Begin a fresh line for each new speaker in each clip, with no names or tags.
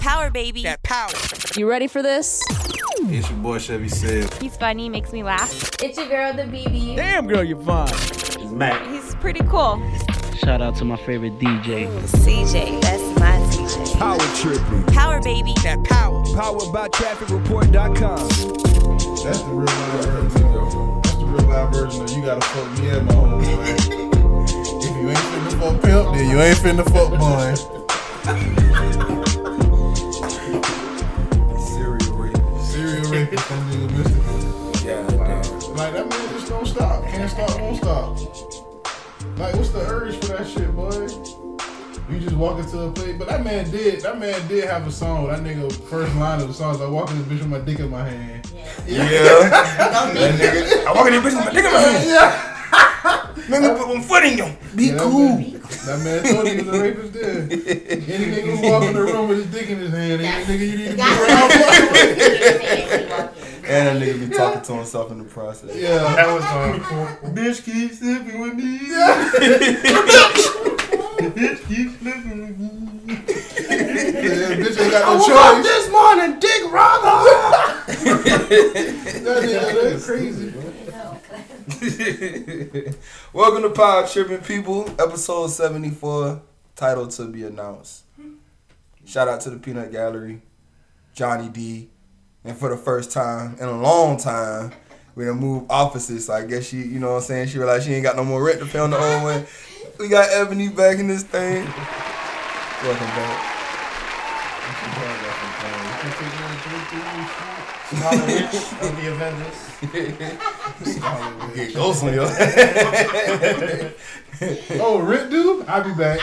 power, baby.
That power.
You ready for this?
It's your boy Chevy Sid.
He's funny, makes me laugh.
It's your girl, the BB.
Damn, girl, you're fine.
It's Matt.
He's pretty cool.
Shout out to my favorite DJ.
CJ, that's my CJ.
Power tripping.
Power, baby.
That power.
Powered by trafficreport.com.
That's the real live version though. That's the real live version of you gotta fuck me and my homeboy. if you ain't finna fuck pimp, then you ain't finna fuck boy.
Serial rapist.
Serial rapist, some nigga mystical.
Yeah,
Like that man just don't stop. Can't stop, won't stop. Like what's the urge for that shit, boy? You just walk into a place, but that man did. That man did have a song. That nigga first line of the song is "I walk in this bitch with my dick in my hand."
nigga. I walk in this bitch with my dick in my hand.
Yeah.
Let me put one foot in you. Be
Yeah, that Man, that man told you he was a rapist then. Any nigga who walk in the room with his dick in his hand, any nigga you need to be around.
That's
And a nigga be talking to himself in the process.
Yeah, that was hard. Bitch keep sipping with me. Yeah. bitch keep slipping with me. yeah, bitch ain't got no choice.
this morning, Dick Rocker.
That nigga, that's crazy, bro.
Welcome to Power Tripping People, episode 74, title to be announced. Shout out to the Peanut Gallery, Johnny D. And for the first time in a long time, we done moved offices. So I guess she, you know what I'm saying, she realized she ain't got no more rent to pay on the old one. We got Ebony back in this thing. Welcome back.
of the Avengers.
Get ghosts on your
Oh, rent due? I'll be back.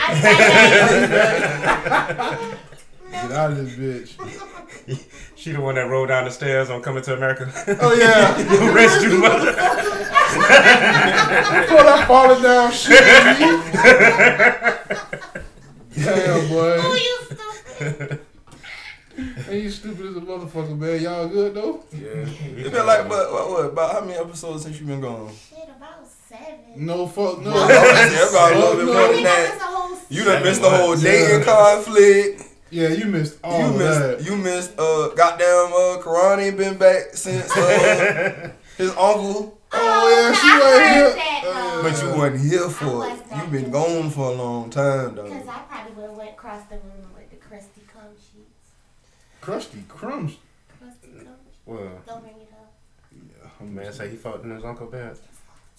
Get out of this bitch.
She the one that rolled down the stairs on Coming to America.
Oh yeah,
Rest you mother.
before that falling down shit. Damn, boy. Hey, you stupid as a motherfucker, man. Y'all good though?
It's been like, what, what, what, about how many episodes since you been gone?
No fuck no.
Everybody love it more than that.
a whole
You done missed the whole dating conflict.
yeah, you missed all
Oh,
you
of
missed
that.
you missed uh goddamn uh Karan ain't been back since uh, his uncle.
oh yeah, she
I
right here.
heard that, um, though.
But you wasn't here for it.
was not.
You've been gone for a long time though.
Because I probably would have went across the room with the crusty cum sheets.
Crusty crumbs.
Crusty cum sheets.
Well,
Don't bring it up.
Oh, man, say he fought in his uncle bed.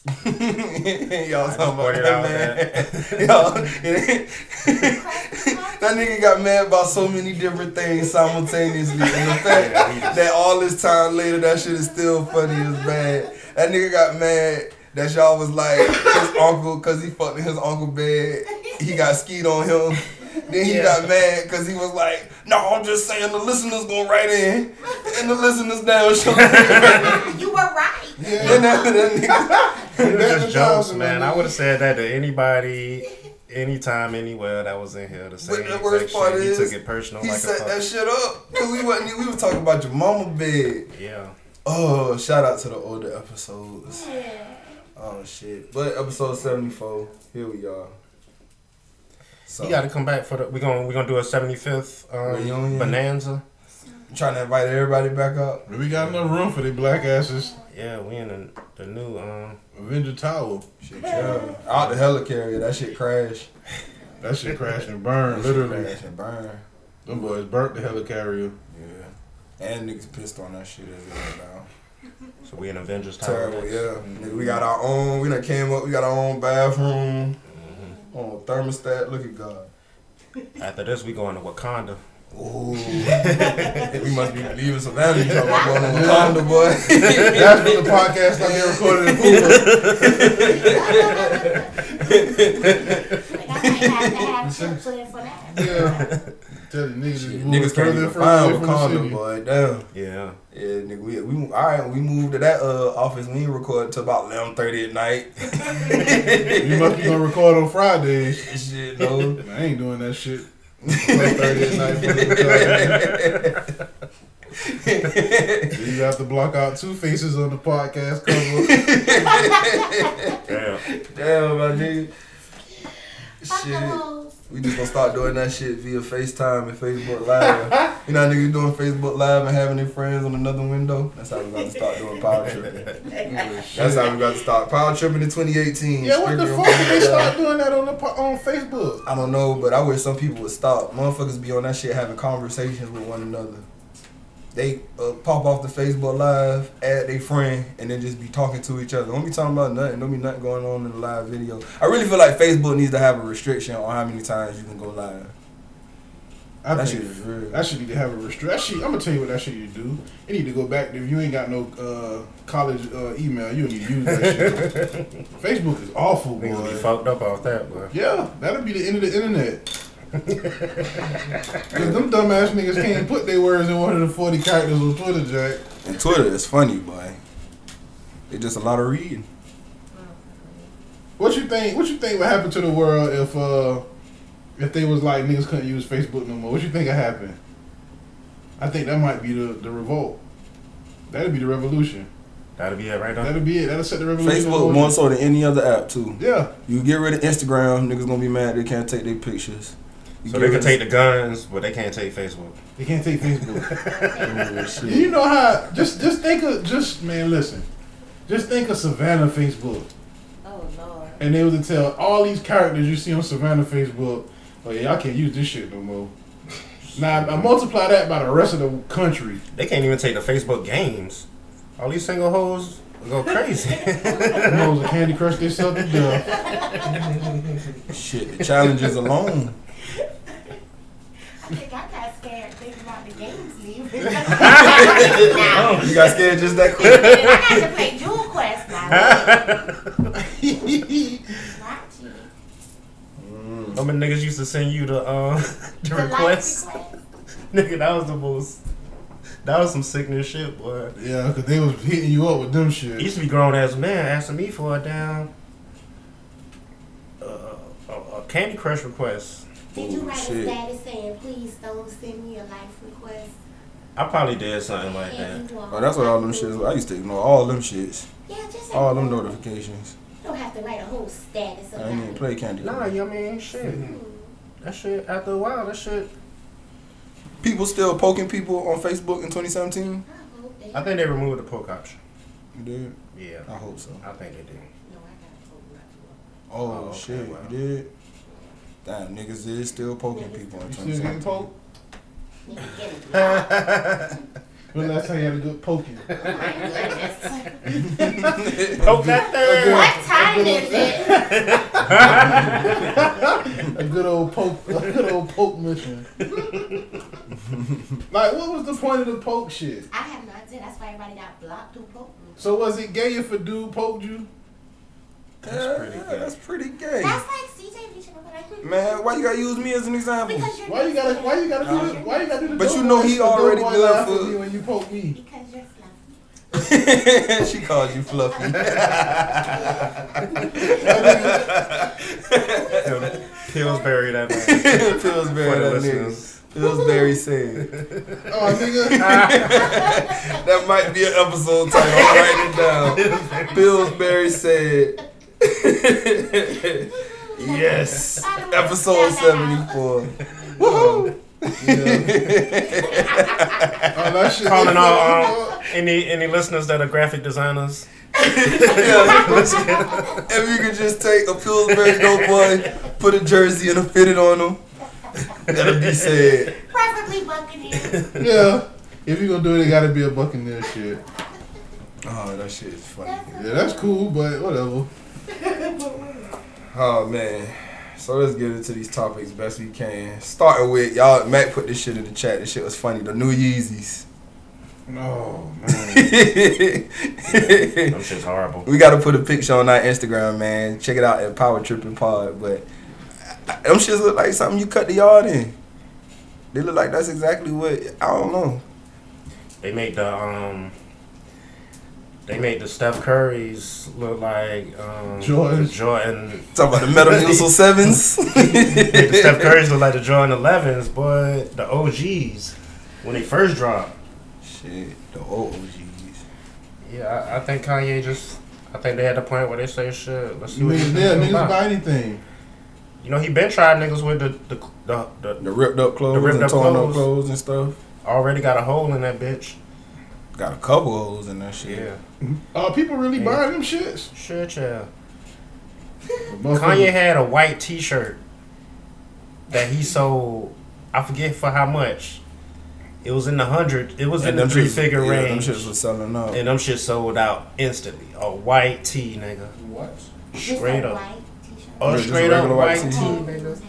Y'all
I just
talking about
pointed
that
out
man. Y'all,
Crusty cum
that nigga got mad about so many different things simultaneously. And the fact that all this time later, that shit is still funny as bad. That nigga got mad that y'all was like his uncle because he fucked in his uncle bed. He got skied on him. Then he
Yeah.
got mad because he was like, "No, I'm just saying the listeners gonna write in, and the listeners down show." then
sheets. You were right.
that, that nigga,
It was
That's
just
the
jokes,
thousand,
man.
man.
I would have said that to anybody, anytime, anywhere that was in here. The same
the
exact
worst part
shit.
is,
he took it personal
he
like a
set that
fuck.
shit up because we wasn't. We were talking about your mama bed.
Yeah.
Oh, shout out to the older episodes.
Yeah.
Oh shit! But episode seventy-four, here we are. So Oh.
You got to come back for the. We're gonna we're gonna do a 75th um,
Reunion.
bonanza.
trying to invite everybody back up.
We got enough room for the black asses.
Yeah, we in the, the new um.
Avenger Tower.
Shit, yeah. Out the helicarrier, that shit crashed.
That shit crashed and burned, literally.
Crash and burn.
Them boys burnt the helicarrier.
Yeah. And niggas pissed on that shit as it went down.
So we in Avengers Tower.
Terrible, yeah. Nigga, we got our own. We done came up. We got our own bathroom.
Mm-hmm.
On thermostat. Look at God.
After this, we going to Wakanda.
Ooh. we must be leaving Savannah. You talking about going to Wakanda, boy?
That's what the podcast I get recorded in Hoover.
Like, I might have to have chips in for that.
Yeah. Tell the niggas,
Shit,
you move
niggas can't
further
even
and further
find
away from the
Wakanda,
city.
boy. Damn.
Yeah.
Yeah, nigga, we, we all right. We moved to that uh office. We ain't record till about eleven thirty at night.
You must be gonna record on Fridays.
Shit, no.
I ain't doing that shit. 12:30 at night. You have to block out two faces on the podcast cover.
Yeah.
Damn, my nigga.
Fuck the
Shit.
hoes.
We just gonna start doing that shit via FaceTime and Facebook Live. you know, how niggas doing Facebook Live and having their friends on another window. That's how we got to start doing power tripping. That's how we got to start power tripping in 2018.
Yeah, what the
Strictly on
fuck did they
Facebook Live.
start doing that on the po- on Facebook?
I don't know, but I wish some people would stop. Motherfuckers be on that shit having conversations with one another. They uh, pop off the Facebook live, add they friend, and then just be talking to each other. Don't be talking about nothing. Don't be nothing going on in the live video. I really feel like Facebook needs to have a restriction on how many times you can go live.
I
that shit
think
is real.
that should need to have a restrict. That shit, I'm gonna tell you what that shit you do. You need to go back. If you ain't got no uh, college uh, email, you don't need to use that shit. Facebook is awful,
Niggas be
boy.
fucked up off that, boy.
Yeah, that'll be the end of the internet. Cause them dumbass niggas can't put their words in 140 characters on Twitter, Jack.
And Twitter is funny, boy. It's just a lot of reading.
What you think? What you think would happen to the world if uh if they was like niggas couldn't use Facebook no more? What you think would happen? I think that might be the the revolt. That'd be the revolution.
That'll be it right now.
That'd be it. That'll set the revolution. in
Facebook
motion.
more so than any other app too.
Yeah,
You get rid of Instagram, niggas gonna be mad they can't take their pictures. You
So
get
they can
rid
take the guns, but they can't take Facebook.
they can't take Facebook.
of-
you know how? Just just think of just man. Listen, just think of Savannah Facebook,
Oh, Lord.
and they was to tell all these characters you see on Savannah Facebook, oh yeah, y'all can't use this shit no more. Now I multiply that by the rest of the country.
They can't even take the Facebook games. All these single hoes go crazy.
Them hoes will Candy Crush themselves to death.
Shit, the challenges alone.
I think I got scared thinking about the games leaving.
You got scared just that quick.
I had to play Jewel Quest now. Not you.
How many niggas used to send you the um the
The
requests?
life request.
Nigga, that was the most. That was some sickness shit, boy.
Yeah, because they was hitting you up with them
It
shit.
used to be grown ass man asking me for a damn uh, a, a Candy Crush request.
Did you
Oh,
write
shit.
a status saying, please don't send me a life request?
I probably did something like
Can't
that.
you walk
Oh, that's what all them
up to-
shits. I used to ignore all them shits.
Yeah, just
All them
ignore it.
notifications.
You don't have to write a whole status
I
about
didn't even
it.
play Candy
Nah,
Crush.
you mean shit. That shit after a while, that shit.
People still poking people on Facebook in 2017?
I hope they-
I think they removed the poke option.
You did?
Yeah,
I hope so.
I think they did.
No, I got told not
Oh,
to.
okay,
shit,
wow.
you did? Damn, niggas is still poking people in
You still getting
2017.
poked?
Nigga, get it.
When last time you had a good poking?
Oh, my goodness.
Poke Oh, that thing.
What time is it?
A good old poke, a good old poke mission. like, what was the point of the poke shit?
I have no idea. That's why everybody got blocked who poked me.
So was it gay if a dude poked you?
That's
pretty
pretty
gay.
gay. That's pretty gay.
That's like CJ reaching over like,
Man, why you gotta use me as an example?
Because you're
Why you gotta? Why you gotta do? it? Why you gotta do the?
But
dope
you know
boy-
he
the dope
already
boy
good
laugh
for-
at me when you poke me.
Because you're fluffy.
she called you fluffy.
Pillsbury that thing. For
Pillsbury,
the
that nigga.
listeners.
Pillsbury said.
Oh nigga,
That might be an episode title. Write it down. Pillsbury said. yes. Episode 74. Woohoo!
oh, that shit.
Calling all
uh,
um, any any listeners that are graphic designers.
if you could just take a Pillsbury Go Boy, put a jersey and a fitted on him, that'll be said.
Preferably Buccaneers.
yeah. If you gonna do it, it gotta be a Buccaneer shit.
Oh, that shit is funny.
Yeah, that's cool, but whatever.
Oh, man. So let's get into these topics best we can. Starting with y'all, Matt put this shit in the chat. This shit was funny. The new Yeezys.
No Oh, man.
Them shit's horrible.
We got to put a picture on our Instagram, man. Check it out at Power Tripping Pod. But I, I- them shits look like something you cut the yard in. They look like that's exactly what I don't know.
They made the um. They made the Steph Curry's look like um,
Jordan.
the Jordan.
Talk about the metal missile sevens.
Made the Steph Curry's look like the Jordan Elevens, but the OGs when they first dropped.
Shit, the old OGs.
Yeah, I, I think Kanye just. I think they had the point where they say, "Shit, let's see
You
what
mean
this
yeah,
nigga
niggas
about."
buy anything.
You know, he been trying niggas with the the, the, the
The ripped up clothes
The ripped
and
up
torn up
clothes.
clothes and stuff.
already got a hole in that bitch.
Got a couple holes in that shit.
Uh, people really
Yeah.
buying them shits.
Sure, child. Kanye
Motherfucker-
had a white T-shirt that he sold. I forget for how much. It was in the hundred. It was in the
them
three
shits-
figure
yeah,
range,
Them shits was selling up.
and them shit sold out instantly. A white tee, nigga.
What?
Straight up.
Yeah,
A
just
straight up
regular
white
white
tee,
tee.
nigga.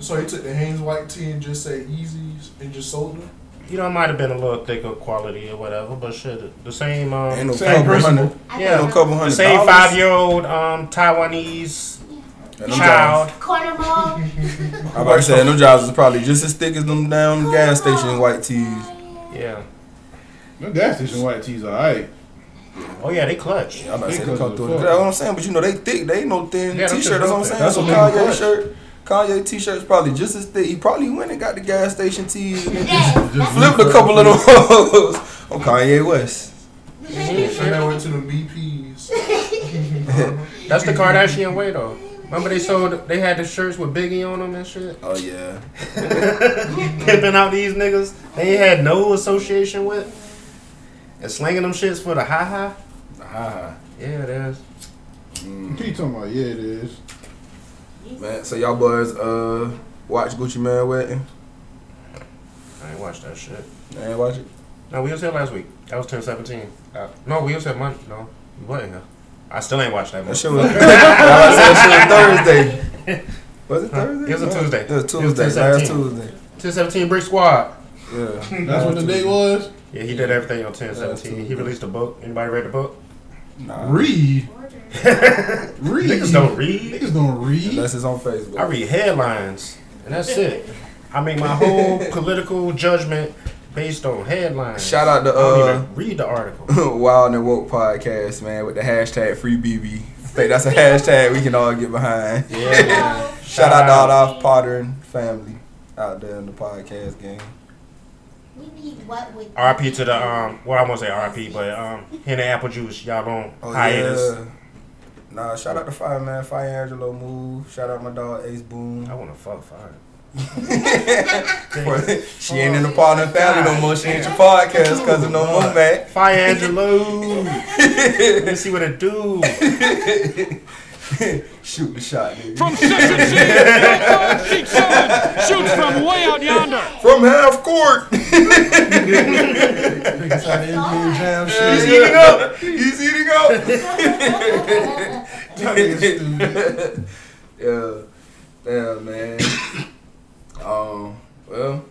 So he took the Hanes white tee and just said Yeezys and just sold them.
You know, it might have been a little thicker quality or whatever, but shit, the same. Um,
Ain't no
Same
couple
person.
hundred.
Yeah.
Ain't no couple
the
hundred.
same
dollars.
five year old um, Taiwanese
And them
child.
Corner mall.
jobs- I about to say, and them jobs is probably just as thick as them damn gas station white tees.
Yeah.
Them gas station white tees are alright.
Oh yeah, they clutch.
I'm about to say
Because
they
of
come through.
the
That's what I'm saying, but you know they thick. They ain't no thin
Yeah, them shits
t-shirt. That's what
real
I'm
thick.
saying.
That's
so
what
Kanye
we push.
shirt, Kanye t-shirt's probably just as thick. He probably went and got the gas station tees and
Yes.
Just
flipped a couple of them hoes on Kanye West.
And I went to the BPs.
That's the Kardashian way though. Remember they sold they had the shirts with Biggie on them and shit.
Oh yeah,
Pimping out these niggas they ain't had no association with, and slinging them shits for the ha ha.
Ah,
Yeah, that's
keep Mm. talking about yeah, it is.
man. So y'all boys uh watch Gucci Man wedding?
I ain't watched that shit.
I ain't watch it.
No, we was here last week. That was ten seventeen. Uh, no, we was here Monday. No, we wasn't here. I still ain't watched that.
That
Much.
shit was. that shit was Thursday. Was it
Huh?
Thursday?
It was a
No,
Tuesday.
It was
It was
Tuesday. Last
10-17.
Tuesday.
Ten seventeen Brick Squad.
Yeah.
That's what the day was.
Yeah, he did everything on ten seventeen. He
Absolutely.
released a book. Anybody read the book?
Nah.
Read, read.
Niggas don't read.
Niggas don't read.
Unless it's on Facebook.
I read headlines, and that's it. I make my whole political judgment based on headlines.
Shout out to
I don't
uh
even read the article.
Wild and Woke podcast, man, with the hashtag free BB. I think that's a hashtag we can all get behind.
Yeah, man.
Shout out to all our Potter and family out there in the podcast game.
We need what we.
RP to the um. Well, I won't say RP, but um, Henna Apple Juice, y'all on hiatus.
Oh, yeah. Nah, shout out to Fire Man, Fire Angelo Move. Shout out my dog Ace Boone.
I want to fuck fire.
she ain't in the Potter and family no more. She ain't your podcast cousin no more, man.
Fire Angelou. Let me see what it do.
Shoot the shot, nigga.
From Sesame Street, your third sheep seven shoots from way out yonder.
From half court.
Niggas had the NBA jam
He's
shit.
eating up. He's eating up. yeah. Yeah, man. um, well,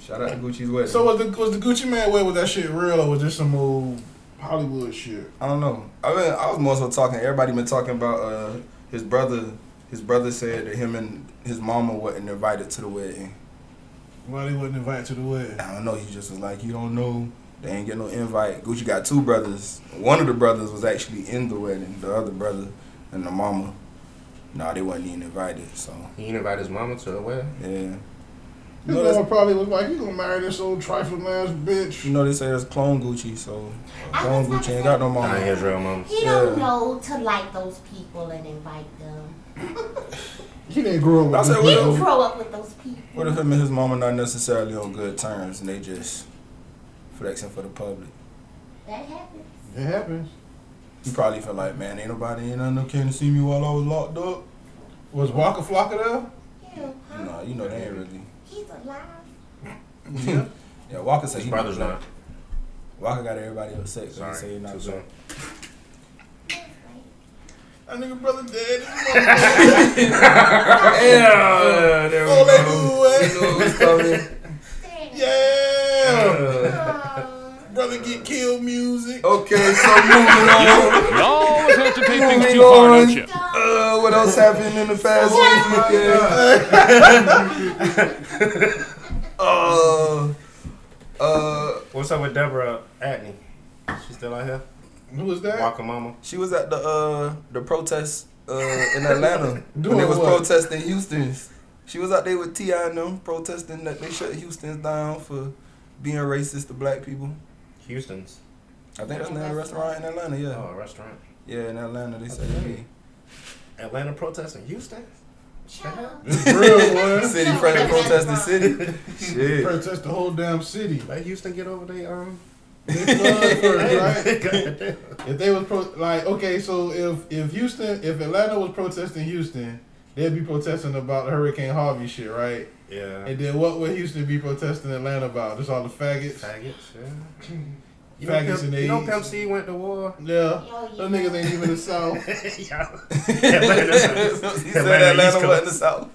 shout out to Gucci's wedding.
So uh, was the was the Gucci Man way? Was that shit real or was this some old Hollywood shit?
I don't know. I mean, I was more so talking. Everybody been talking about uh, his brother. His brother said that him and his mama wasn't invited to the wedding.
Why they wasn't invited to the wedding?
I don't know. He just was like, you don't know. They ain't get no invite. Gucci got two brothers. One of the brothers was actually in the wedding. The other brother and the mama. Nah, they wasn't even invited. So
He ain't invite his mama to a wedding.
yeah.
His
No, that's-
mama probably was like, "You gonna marry this old trifling ass
You
bitch?"
know they say that's clone Gucci, so clone Gucci ain't got no mama.
Nah, his real mama.
He don't
Yeah.
know to like those people and invite them.
He didn't grow
I
up.
said,
With
what
He
that.
didn't
if-
grow up with those people.
What if him and his mama not necessarily on good terms and they just flexing for the public?
That happened.
It happens.
You probably feel like, man, ain't nobody ain't nothing came to see me while I was locked up.
Was Waka Flocka there?
Ew, huh?
No, you know they ain't really.
He's alive.
Yeah, Walker said
His
he
brother's not.
Walker got everybody upset. So he
Sorry,
say he
too
not
soon.
sure.
That nigga brother dead.
Yeah, there we
Oh, they
go.
do it.
Damn.
Yeah.
Aw.
Brother get killed music.
okay, so moving on.
You always have to take things
Moving
too far,
on.
don't you?
Uh, what else happened in the fast
Oh
food weekend? uh, uh,
What's up with Deborah Atney? She still out here?
Who was that?
Walker mama.
she was at the uh the protest uh in Atlanta when
Doing
they was
what?
protesting Houston's. She was out there with Ti and them protesting that they shut Houston's down for being racist to black people.
Houston's.
I think that's the name of the restaurant in Atlanta. Yeah,
Oh, a restaurant.
yeah, in Atlanta they said.
Atlanta protesting Houston?
Child.
It's real, boy.
City friend to protest the city. Shit.
Protest the whole damn city.
They used to get over they um.
Big blood first, right?
Goddamn.
If they was pro- like okay, so if if Houston, if Atlanta was protesting Houston, they'd be protesting about Hurricane Harvey shit, right?
yeah.
And then what would Houston be protesting Atlanta about? Just all the faggots.
Faggots. Yeah.
Mm-hmm.
You
Faggots
know, Pimp,
and
you know
AIDS.
Pimp C went to war.
Yeah,
Yo, you
those niggas ain't even the South.
yeah.
he said Atlanta wasn't the South.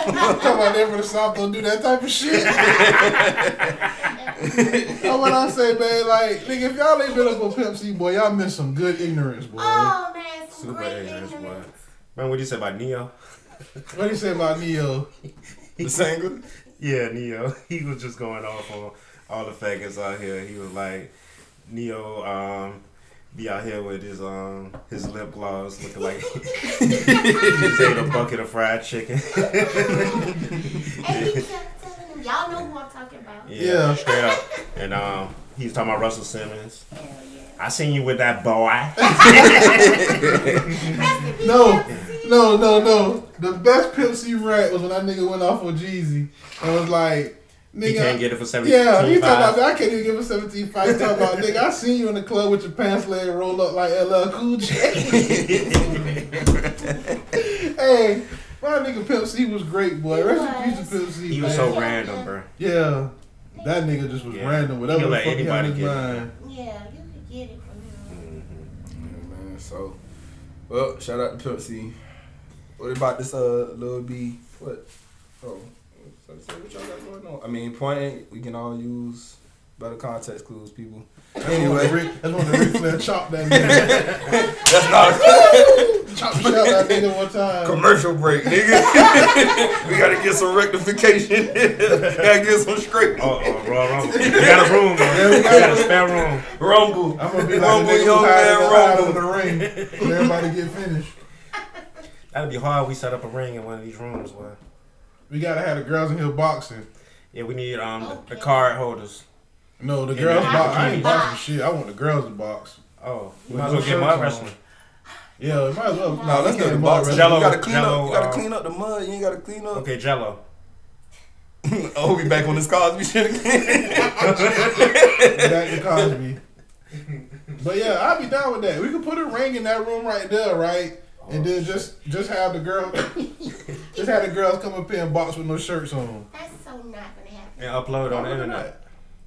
Come out there for the South, don't do that type of shit. That's what I say, man. Like, nigga, if y'all ain't been up on Pimp C, boy, y'all miss some good ignorance, boy.
Oh man, some
Super
great
ignorance, boy.
ignorance.
Man, what you say about Neo?
What do you say about Neo?
The single.
Yeah, Neo. He was just going off on all the faggots out here. He was like, Neo, um, be out here with his um his lip gloss looking like he just ate a bucket of fried chicken.
And he kept telling them, y'all know who I'm talking about.
Yeah,
Yeah.
straight up. And um, he was talking about Russell Simmons.
Hell yeah.
I seen you with that boy.
No, no, no, no. The best Pimp C rant was when that nigga went off on Jeezy and was like, nigga.
He can't get it for seventy.
yeah, he talking about I can't even give him 17 fights. Talking about nigga, I seen you in the club with your pants leg roll up like LL Cool J. hey, my nigga Pimp C was great, boy.
He
Rest in
was.
peace to Pimp C.
He
man.
was so random, bro.
Yeah, that nigga just was
Yeah.
random. Whatever
He'll
the
let
fuck he had in
anybody
his
get it.
mind.
Yeah, you could get it from him.
Man, so, well, shout out to Pimp C. What about this uh Lil B? What? Oh, so- so what y'all got going on? I mean, point ain't- we can all use better context clues, people. Anyway,
Rick- that's when the Ric Flair chopped that nigga.
that's not
chopped the shit out of that nigga one
a
time.
commercial break, nigga. we gotta get some rectification. gotta get some scrape.
Uh oh, raw rumble. We got a room, bro. We got a spare room.
Rumble.
I'm gonna be like
rumble,
the nigga
young
who hiding
man,
out of
rumble.
the ring. Let everybody get finished.
That'd be hard. if We set up a ring in one of these rooms, boy.
We gotta have the girls in here boxing.
Yeah, we need um the, the
Okay.
card holders.
No, the
Yeah,
girls
yeah,
box. I
yeah.
ain't boxing shit. I want the girls to box.
Oh, we
With
might as
no
well get mud
shirts on.
wrestling.
Yeah, we might as well.
No, let's
we
do the
can't
box. You
box.
Jello,
gotta clean
Jello,
up. You gotta
uh,
clean up the mud. You ain't gotta clean up.
Okay, Jello.
oh, we back on this Cosby shit again.
Back to Cosby. but yeah, I'll be down with that. We could put a ring in that room right there, right? And
Oh,
then just just have the girl, just have the girls come up here and box with no shirts on.
That's so not gonna happen.
And upload on the internet.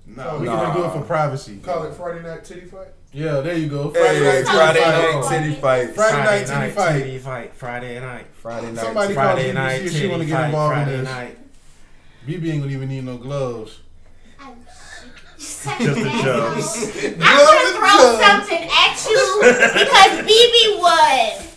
No, we can do it for privacy.
Call it Friday night titty fight.
Yeah, there you go. Friday
Hey,
night,
Friday
Friday
night
night.
titty fight.
Friday night titty fight.
titty fight. Friday night.
Friday night.
Somebody call
Friday
BBC
night.
if she want
Titty
to get
fight.
involved in
Friday
this.
night.
BB ain't gonna even need no gloves.
I'm just
the jokes.
I'm gonna throw
jokes.
something at you because BB was.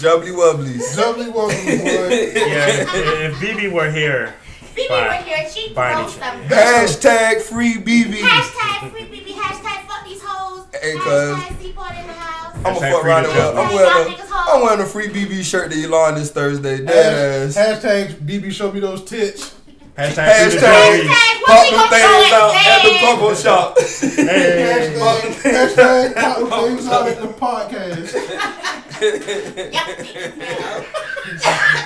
Jubbly Wubblies.
Doubly welcome, boy.
Yeah, if BB were here,
BB
Bye.
were here, she'd
Bye,
throw
Nisha.
something.
Hashtag free BB.
Hashtag free BB, hashtag fuck these hoes,
Hey, Oh.
hashtag Seaport in the house.
I'm
Hashtag
gonna fuck
free
around
the
and wear. I'm
Hey,
wearing,
y'all
a,
niggas hoes.
I'm wearing a free BB shirt that Elon this Thursday. Dead ass.
Hashtag BB show me those tits.
hashtag,
Hashtag
BB.
Hashtag
pop
what
them
we gonna
things
show
out
at
at the
Zan.
bubble shop.
Hey,
Hashtag, hashtag pop the things out at the podcast.
Y'all niggas hell. Y'all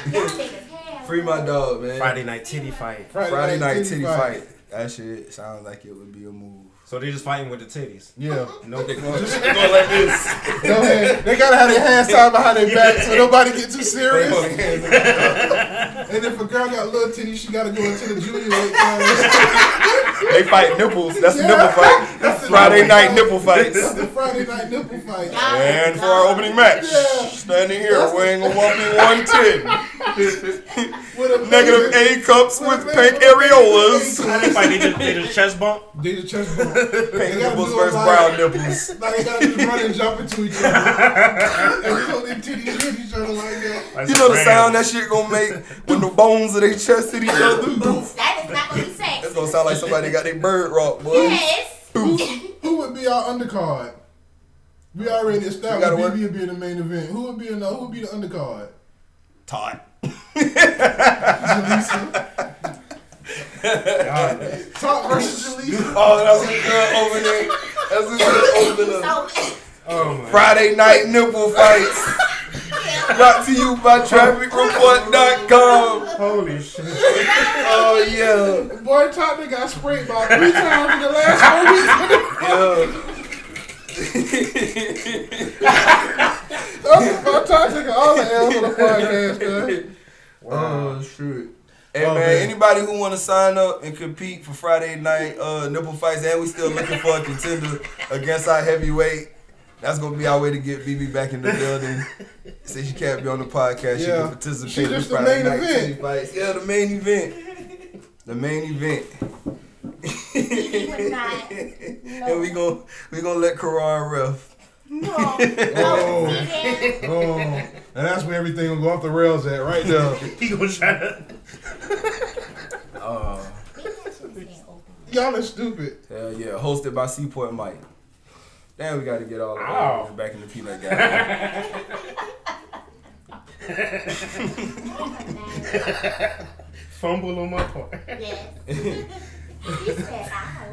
niggas hell.
Free my dog, man. Friday,
Friday night titty fight.
night titty fight. That shit sounds like it would be a move.
So they're just fighting with the titties.
Yeah.
No,
Just go like this.
Go ahead. They gotta have their hands tied behind their back so nobody get too serious. And if a girl got little titties, she gotta go into the junior weight class.
They fight nipples. That's
Yeah.
a nipple fight.
That's the
Friday
nipple
night
fight.
nipple fights.
That's the Friday night nipple fight.
Y'all
And for
niggas
our opening match,
Yeah.
standing here weighing a whopping 110.
With a
Negative A cups with pink areolas.
How they fight? They just, they just chest bump?
They just chest bump. They
Pink
gotta
nipples
do it
versus brown
like-
nipples.
Like they gotta just run and jump into each other. and so their titties hit each other like that.
Like
You
some
know the
ram.
sound that shit gonna make when the bones of their chest hit each other? Boof.
That is not what we say.
That's gonna sound like somebody got their bird rock, boy.
Yes.
Who, who would be our undercard? We already established
work.
BB would be in the main event. Who would be in the who would be the undercard?
Todd.
Jaleesa. Top versus Jaleesa.
Oh, that's a good opening. That's a good opening.
So,
Oh, my.
Friday night nipple fights.
yeah.
Brought to you by trafficreport.com.
Holy shit.
Oh, yeah.
Boy, Topic got sprayed by three times in the last four weeks.
Yeah.
That's about Oh, Todd taking all the L's on the podcast, man.
Oh, shoot. Hey,
Oh,
man,
man.
anybody who want to sign up and compete for Friday night uh, nipple fights, and we still looking for a contender against our heavyweight. That's gonna be our way to get BB back in the building. Since she can't be on the podcast, she
Yeah.
can participate
She
in
just the
Friday
main
night
event.
titty fights. Yeah, the main event. The main event.
would not.
And we gonna we gonna let Karan ref.
No. No. See there?
Oh, and that's where everything will go off the rails at right now.
He gonna try to.
Maybe I shouldn't say it open.
Y'all are stupid.
Hell yeah, hosted by Seaport Mike. Damn, we gotta get all
Ow.
of back in the peanut gallery.
Fumble on my part.
Yes. He said, "Ow."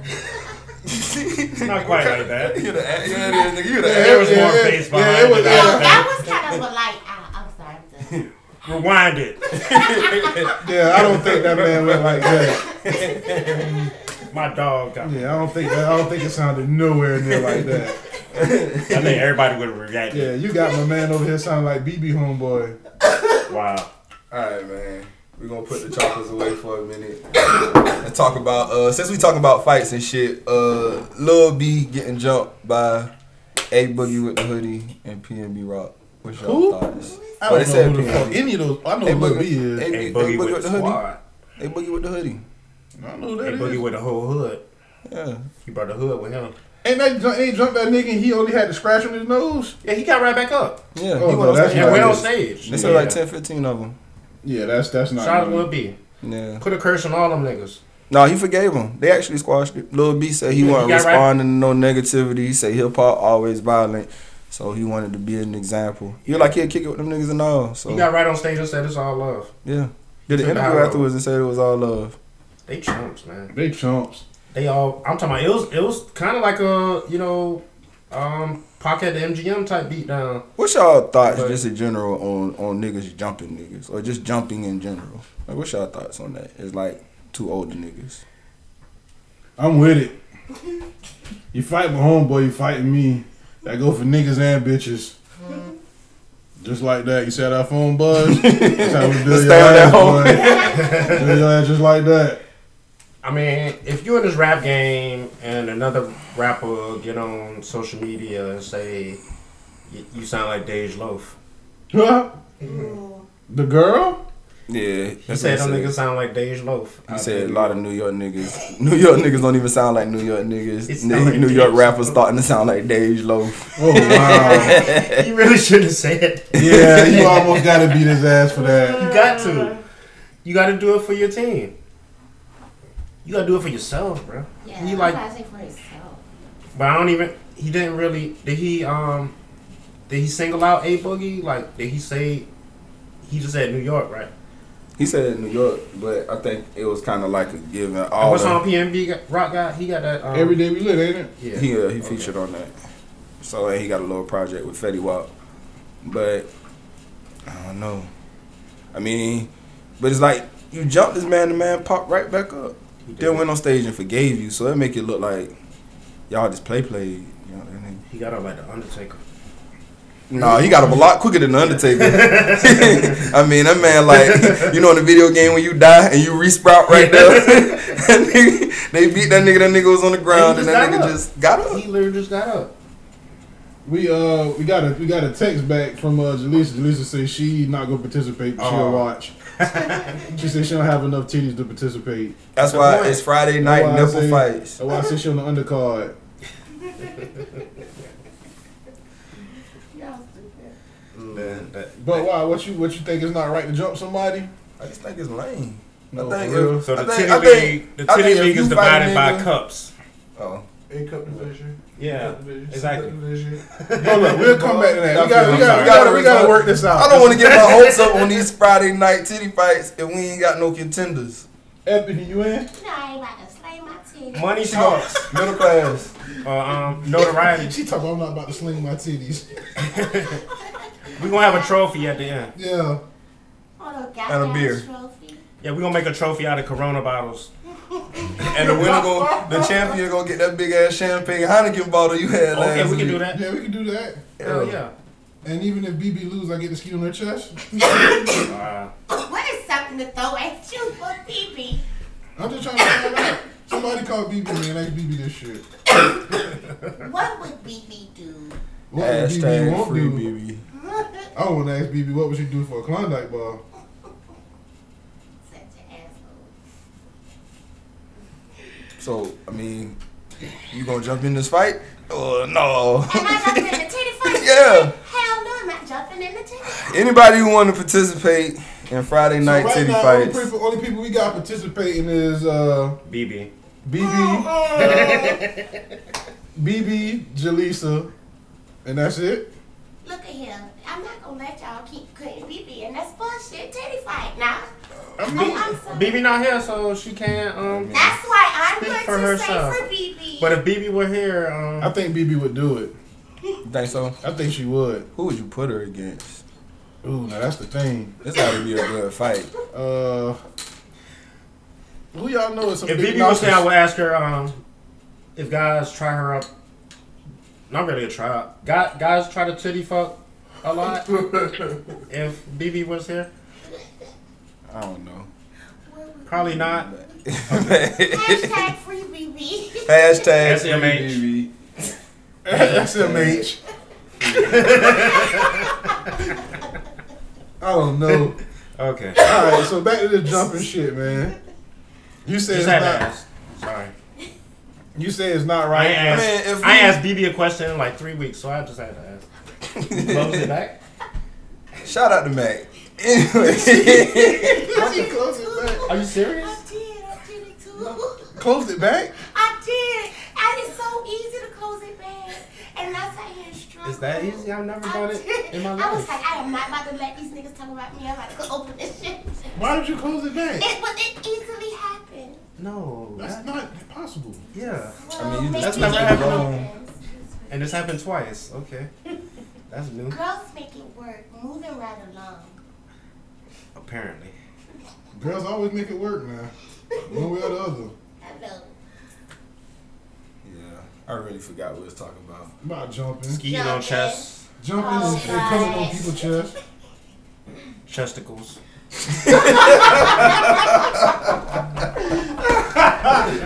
Not quite like that.
you the ass, you the, nigga, you the
There
ass.
was
Yeah,
more
yeah,
face
yeah,
behind
it was-
it.
No,
than
that was kind of a light. Ow, I'm sorry. I'm sorry.
that. Rewind it.
Yeah, I don't think that man went like that.
My dog got
Yeah, I don't think that. I don't think it sounded nowhere near like that.
I think everybody would have reacted.
Yeah, you got my man over here sounding like BB homeboy.
Wow.
Alright man. We're gonna put the chocolates away for a minute. and talk about uh since we talking about fights and shit, uh Lil B getting jumped by A Boogie with the hoodie and PNB Rock. What's your
Who?
thoughts?
I don't
Well, they
know
said
who the
PNB.
fuck any of those. I know
Hey,
who Lil
Boogie-
B is. I
Hey,
Hey,
Hey,
Boogie
Boogie
with,
with
the
the hoodie?
squad.
They boogie with the hoodie.
don't know who
Hey,
that
Boogie
is.
with the whole hood.
Yeah.
He brought the hood with him.
Ain't that jump, ain't jump that nigga and he only had the scratch on his nose?
Yeah, he got right back up.
Yeah.
Oh,
he
no,
went on
that's
stage.
And went
not
on
good.
stage.
They said like 10, 15 of them.
Yeah, that's that's not.
Shout out
good.
to Lil B.
Yeah.
Put a curse on all them niggas.
No, he forgave him. They actually squashed it. Lil B said he
Yeah, he
wasn't
got right-
responding to no negativity. He said hip hop always violent. So he wanted to be an example. He was like he'd kick it with them niggas and all. So
He got right on stage and said it's all love.
yeah. Did an
Took the high
interview
road.
afterwards and said it was all love.
They chumps, man.
They chumps.
They all. I'm talking about. It was. It was kind of like a you know, um, pocket MGM type beatdown.
What's y'all thoughts
But-
just in general on, on niggas jumping niggas? Or just jumping in general? Like what's y'all thoughts on that? It's like two older niggas.
I'm with it. You fight my homeboy, you fighting me. That go for niggas and bitches. Just like that. You see how that phone buzz? That's how we build your
Let's stay on
ass,
that
boy. Build your ass just like that.
I mean, if you're in this rap game and another rapper get on social media and say you, you sound like Dej Loaf,
Huh? The girl?
Yeah.
he said them niggas sound like Dej Loaf.
He said a lot of New York niggas. New York niggas don't even sound like New York niggas.
It's
New,
not like
New York
Dej.
rappers starting to sound like Dej Loaf.
Oh wow.
You really shouldn't have said it.
yeah, you almost gotta beat his ass for that.
You got to. You got to do it for your team. You got to do it for yourself, bro.
Yeah,
He
I'm
like-
about to say for himself.
But I don't even. He didn't really. Did he? Um. Did he single out a boogie? Like, did he say? He just said New York, right?
He said New York, but I think it was kind of like a given.
And
All
what's on
the,
PNB got, Rock guy? He got that. Um,
Every day we live, ain't it?
Yeah.
he uh, he featured on that. So and he got a little project with Fetty Wap, but I don't know. I mean, but it's like you jumped this man, the man popped right back up.
He did.
Then went on stage and forgave you, so that make it look like y'all just play play. You know what I mean?
He got on like the Undertaker.
No, he got him a lot quicker than the Undertaker. I mean, that man, like, you know, in the video game when you die and you resprout right there, That nigga- they beat that nigga. That nigga was on the ground,
And
and
he
that
just
nigga
got up.
just got up.
He literally just got up.
We uh we got a we got a text back from uh Jaleesa. Jaleesa says she not gonna participate, but she'll
Aw.
watch. she says she don't have enough titties to participate.
That's
the
why
point.
it's Friday night
That's why I
nipple
say-
fights.
That's why I said she on the undercard.
Y'all stupid.
That- that-
But why? What you what you think is not right to jump somebody?
I just think it's lame.
No,
I think
for real.
if-
So
I
the
think-
titty
I
league,
think-
the
I think
titty
if
league
you
is
fight a
divided by
nigga-
cups.
Oh,
A cup division.
Yeah,
cup division, C
exactly.
cup division.
Hold up, we'll come back to that. We gotta we gotta we gotta, we gotta work this out.
I don't want to get my hopes up on these Friday night titty fights if we ain't got no contenders.
Ebony, you in?
You know I ain't about to slay my titties.
Money talks.
Middle class.
uh, um, notoriety.
She talking. I'm not about to sling my titties.
We gonna have a trophy at the end.
Yeah.
Hold on,
And a
goddamn
beer.
Trophy.
Yeah, we gonna make a trophy out of Corona bottles.
And the winner go, the champion gonna get that big ass champagne Heineken bottle you had last
Okay, we can
week.
do that.
Yeah, we can do that.
Oh,
Hell yeah.
And even if BB lose, I get the skeet on her chest.
Wow.
What is something to throw at you for BB?
I'm just trying to find out. Somebody call BB man, ask BB this shit.
What would BB do?
What would BB
Hashtag
won't
free
do?
BB.
Such
I want to ask BB what would you do for a Klondike bar?
an asshole.
So I mean, you gonna jump in this fight? Oh no.
Am I jumping in the titty fight?
Yeah.
Hell no, I'm not jumping in the titty fight.
Anybody who want to participate in Friday night
so right
titty
now,
fights?
Only, people, only people we got participating is uh,
BB.
Uh,
BB, BB, Jaleesa, and that's it.
Look at him. I'm not gonna let y'all keep putting BB in this bullshit titty fight now. I'm, I'm sorry.
BB not here, so she can't. Um,
That's why I'm
Speak
going
for
to
herself.
say for BB.
but if BB were here,
I
um,
think BB would do it.
You think so?
I think she would.
Who would you put her against?
Ooh, now that's the thing.
This gotta be a good fight.
Uh, who y'all know is some
if
big
BB was here, I
knockers?
would ask her um, if guys try her up. Not really a try. Guy, guys try to titty fuck a lot. if BB was here,
I don't know.
probably not.
Hashtag free BB.
Hashtag
SMH.
free BB.
SMH. I don't know.
Okay.
All right, so back to the jumping shit, man. You say it's
Just had to
not.
ask. Sorry.
You say it's not
I
right.
ain't asked,
Man, if
I
we-
ain't asked BB a question in like three weeks, so I just had to ask. Close it back.
Shout out to Mac. Anyway,
Why you close it back?
Are you serious?
I did. I did it too.
Closed it back?
I did. And it's so easy to close it back. And that's how you struggle.
Is that easy? I've never
I,
done it
did.
in my
I was
life.
like, I am not about to let these niggas talk about me. I'm about to open this shit. It
Why did you close it back?
was it easily happened.
No.
That's not possible.
yeah.
Well,
I mean, you
make
just
That's never
it
happened.
happens.
And this happened twice. Okay. That's new.
Girls make it work, moving right along.
Apparently.
Girls always make it work, man. One way or the other.
Hello.
yeah, I really forgot what we was talking about.
I'm About jumping.
Skiing on chest.
Jumping
Oh,
is and coming on
guys.
people's chest.
Chesticles.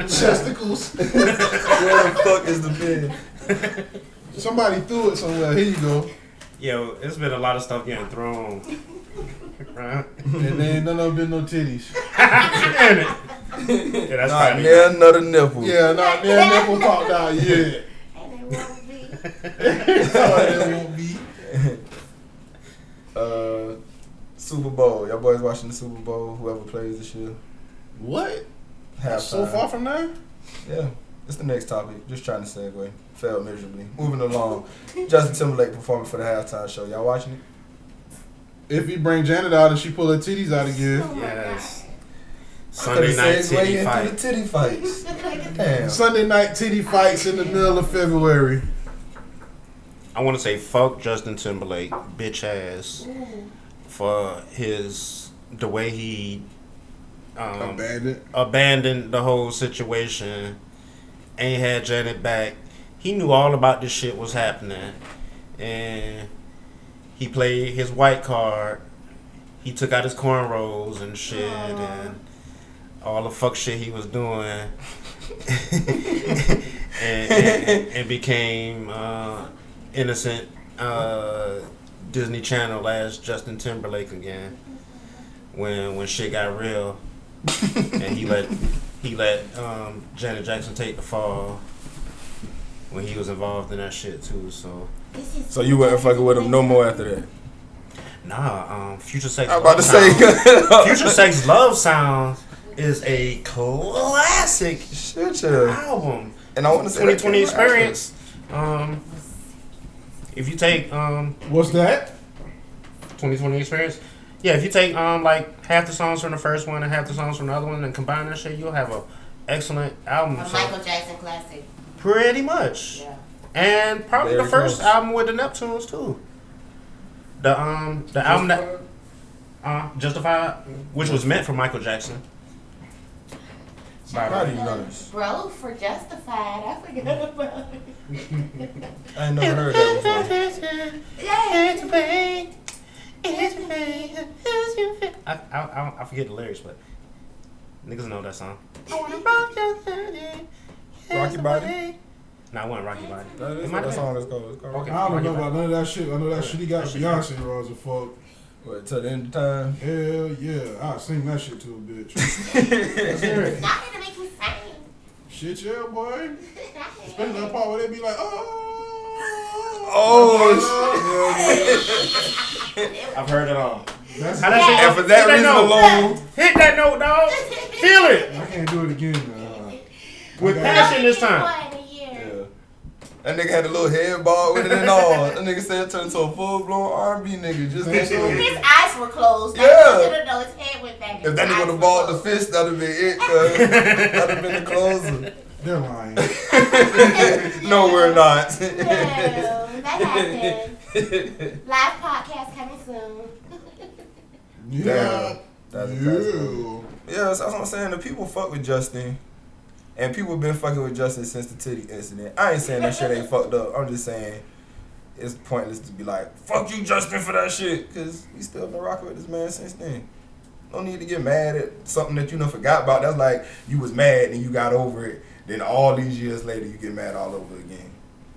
Chesticles.
Where the fuck is the pin?
Somebody threw it somewhere. Here you go.
Yo, it's been a lot of stuff getting thrown. right?
And there ain't none of them been no titties.
Damn it. Yeah, that's
Not
probably.
near another nipple.
Yeah, nah, man, nipple talk now. Yeah.
And it won't
No,
be.
there won't be.
Uh, Super Bowl. Y'all boys watching the Super Bowl? Whoever plays this year.
What?
Halftime.
So far from there?
Yeah, it's the next topic. Just trying to segue. Failed miserably. Moving along. Justin Timberlake performing for the halftime show. Y'all watching it?
If he bring Janet out and she pull her titties out again.
Oh my
Yes.
Could've
Sunday night
segued
titty
into
fight.
the titty fights.
God.
Damn.
Sunday night titty fights in the middle of February.
I want to say fuck Justin Timberlake, bitch ass, for his the way he um,
Abandoned.
abandoned the whole situation. Ain't had Janet back. He knew all about this shit was happening, and he played his white card. He took out his cornrows and shit, and all the fuck shit he was doing, and, and, and became uh, innocent uh, Disney Channel as Justin Timberlake again. When when shit got real, and he let he let um, Janet Jackson take the fall when he was involved in that shit too. So
This is
So you wasn't fucking with him no more after that.
nah, um, future sex.
I'm about to
Love
say
Sounds-
Oh,
future sex love sounds is a classic
shit, yeah.
album.
And I want to say that
2020
came out after.
experience. Um, if you take um
What's that?
2020 experience. Yeah, if you take um like half the songs from the first one and half the songs from the other one and combine that shit, you'll have a excellent album.
a
So,
Michael Jackson classic.
pretty much.
Yeah.
And probably
Very
the first
close.
album with the Neptunes too. The um the album that uh Justified, which was meant for Michael Jackson.
How do you know this?
Bro, for Justified, I forgot about it.
I ain't never heard that before.
Yeah, it's
I, I, I, I forget the lyrics, but niggas know that song.
Rocky Body.
Nah, I want Rocky Body.
That is
It might
what that
have
song is called. It's called Rocky
Okay.
I don't know about none of that shit. I know that shit he got
That shit-
Beyonce raw as a fuck.
What, till the end of time?
Hell yeah, I sing that shit to a bitch.
Y'all gonna make me sing.
shit yeah, boy. Especially that part where they be like, oh.
oh,
I've heard it all.
That's
How that
shit.
shit
and for that
Hit
reason
note.
alone,
Hit that note, dog. Feel it
I can't do it again. uh, Nah.
with
Okay.
passion this time.
One a year.
Yeah. That nigga had a little head bald with it and all. That nigga said turn into a full blown R&B nigga. Just
Think so?
His eyes were closed. Like,
Yeah.
yeah. Should have known his head went back.
If that nigga would have balled the fist, that'd have been it. cuz. that'd have been the closer.
They're lying.
No, we're not.
No, that happened. Live podcast coming soon.
Yeah.
That's a classic movie.
yeah.
Yeah, that's what I'm saying. The people fuck with Justin. And people been fucking with Justin since the titty incident. I ain't saying that shit ain't fucked up. I'm just saying it's pointless to be like, fuck you, Justin, for that shit. Because we still been rocking with this man since then. No need to get mad at something that you done forgot about. That's like you was mad and you got over it. Then all these years later, you get mad all over again.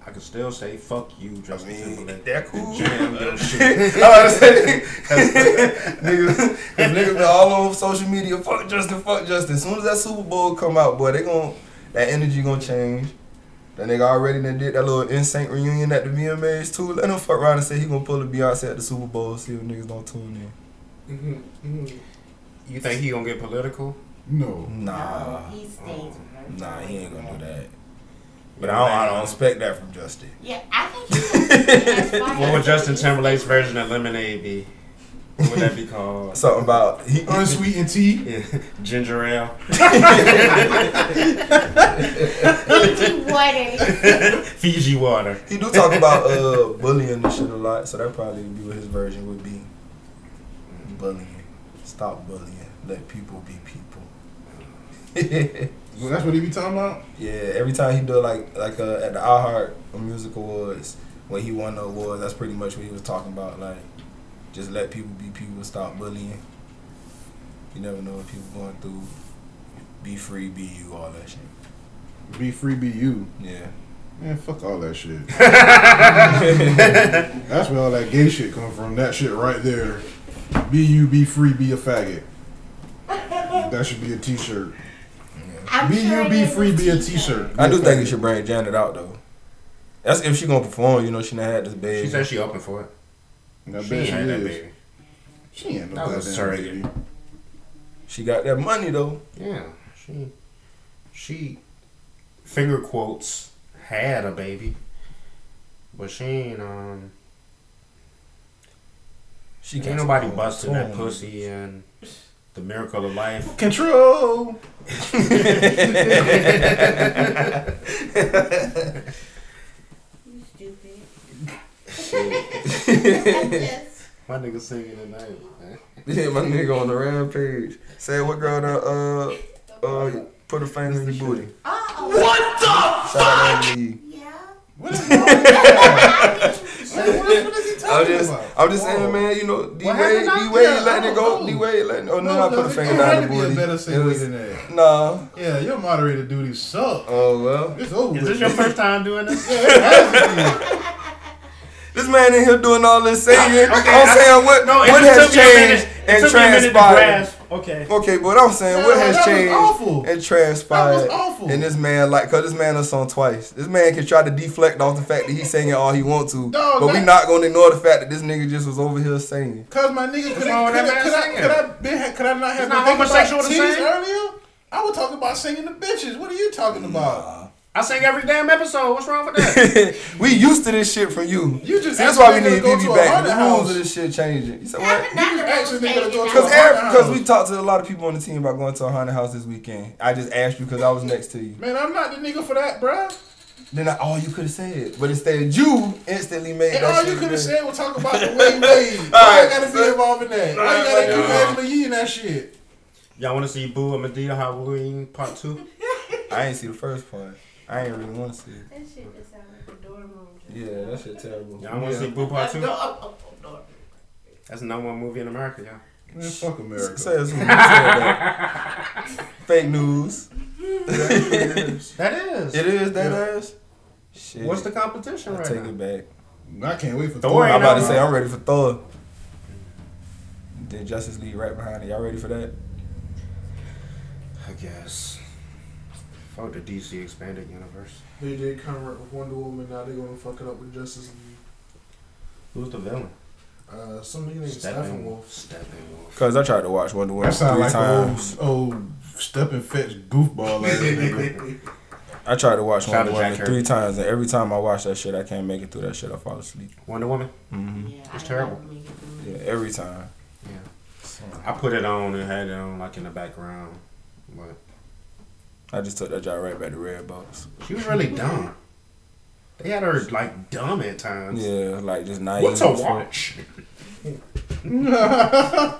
I can still say fuck you, Justin Timberlake.
that cool.
Jam your shit.
I was saying, niggas, if niggas been all over social media. Fuck Justin, fuck Justin. As soon as that Super Bowl come out, boy, they gon' that energy gonna change. That nigga already done did that little insane reunion at the VMAs too. Let him fuck around and say he gonna pull a Beyonce at the Super Bowl. See if niggas don't tune
You think he gonna get political?
No.
in. Nah,
He stays with her.
nah, he ain't gonna do that. But I don't, I don't expect that from Justin.
Yeah, I think he was.
What would Justin Timberlake's version of Lemonade be? What would that be called?
Something about he.
Unsweetened tea.
Yeah, Ginger ale.
Fiji water.
Fiji water.
He do talk about uh bullying and shit a lot, so that probably would be what his version would be. Bullying. Stop bullying. Let people be people.
Well, that's what he be talking about.
yeah, every time he do like like uh, at the iHeart Music Awards when he won the award, that's pretty much what he was talking about. Like, just let people be people. Stop bullying. You never know what people going through. Be free, be you, all that shit.
Be free, be you.
Yeah.
Man, fuck all that shit. That's where all that gay shit come from. That shit right there. Be you, be free, be a faggot. That should be a t-shirt.
I'm
Be
sure
you,
it
be
is
free, be a
t-shirt.
t-shirt.
I do think you should bring Janet out though. That's if she gonna perform. You know, she not had this baby.
She said she open for it.
I bet
She
she
ain't had that
is.
baby.
She ain't no
That was a
goddamn
surrogate.
baby.
She got that money though.
Yeah, she she finger quotes had a baby, but she ain't um
She
ain't nobody busting that pussy and the miracle of life.
Control.
Stupid.
My nigga singing tonight. Man.
Yeah, my nigga on the rampage. Say what girl done uh uh put her finger in the booty.
Uh-oh. What?
Shout out to Lee.
Yeah.
What is wrong with
I'm just, I'm just saying, man. You know, D Wade, D Wade letting it go. D Wade letting. Oh no, I put a finger down the
There had to
booty.
be a better
It
segue
was-
than that.
No.
Yeah, your moderator duty suck.
Oh well.
It's over.
Is
with.
this your first time doing this?
It has to be.
This man in here doing all this singing.
I-
I'm saying what
No, it
what
just
has
took me a minute.
changed
It
and
took me a minute to
transpired.
grasp. Okay.
Okay, but I'm saying what
Yeah,
has
that was
changed
awful.
and transpired.
That was awful.
And this man, like, cause this man done sung twice. This man can try to deflect off the fact that he's singing all he want to,
Dog,
but we
that-
not gonna ignore the fact that this nigga just was over here singing.
Cause my nigga, could
wrong
I,
with
could,
that
I, could,
man
I,
singing?
could, I, been, could I not have
not
been thinking
homosexual
about
to
titties
sing?
earlier? I was talking about singing the bitches. What are you talking about?
I sing every damn episode. What's wrong with that?
we used to this shit from you.
You just
See, that's why we
asked me to
need
go
BB
to a
back.
haunted
The rules
house.
of this shit changing. You said
Not,
what?
not the
Actually,
rules
nigga,
changing
let's go
now.
to a
Cause every,
haunted
cause
house.
we talked to a lot of people on the team about going to a haunted house this weekend. I just asked you because I was next to you.
Man, I'm not the nigga for that, bruh.
Then I, all you could have said, but instead you instantly made.
And
that
all you
shit
could
good.
have said was talk about the way made. Why
Alright.
I gotta be involved in that? Why you gotta
Alright,
keep
yeah.
Angela Yee in that shit?
Y'all want to see Boo and Medea Halloween Part Two?
I ain't see the first part. I ain't really want to see. it.
That shit just sound like a dorm room.
Yeah, that shit terrible.
Y'all want to see Boo Part
Let's
Two?
go up, up, up, dorm.
That's the number one movie in America, y'all.
Man, fuck America.
Say that's what you said that. Fake news.
That is.
It is that ass. Shit.
What's the competition
I
right
take
now?
it back.
I can't wait for
Don't
Thor.
worry,
I'm about to
now.
say I'm ready for Thor. Then Justice League right behind it. Y'all ready for that?
I guess. Fuck the DC expanded universe.
They did Conrad with Wonder Woman. Now they're gonna fuck it up with Justice League.
Who's the villain?
Uh, some nigga named Stephen Wolf.
Steppenwolf.
Cause I tried to watch Wonder Woman
That
three
sound like an
times.
old, old step and fetch goofball ass nigga.
I tried to watch
Shout
Wonder
out to
Woman
Jack Kirby.
three times, and every time I watch that shit, I can't make it through that shit. I fall asleep.
Wonder Woman.
Yeah, I
It's terrible.
gotta make it through.
Yeah, every time.
I put it on and had it on like in the background, but
I just took that job right back to Red Box.
she was really dumb. They had her like dumb at times.
Yeah, like just naive.
What's a
and shit.
watch?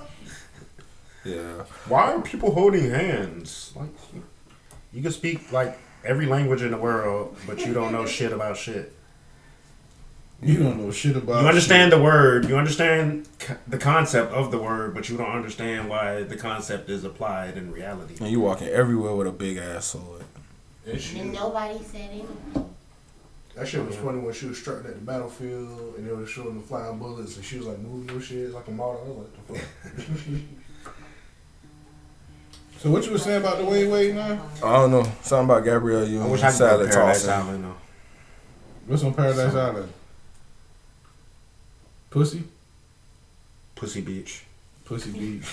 Yeah,
Why are people holding hands? Like, you can speak like every language in the world, but you don't know shit about shit.
You don't know Oh, shit about.
You understand the word, you understand c- the concept of the word, but you don't understand why the concept is applied in reality.
and you walking everywhere with a big ass sword.
That shit,
And nobody said anything.
that shit was funny when she was struck at the battlefield and they were showing the flying bullets and she was like moving your shit like a model. I was like, the fuck?
Shit. So what you were saying about the way Wade now?
I don't know something about Gabrielle
I
Union
wish I could go
Mm, salad
Paradise
tossing.
Island, though.
What's on Paradise Island? Pussy,
Pussy Beach.
pussy beach,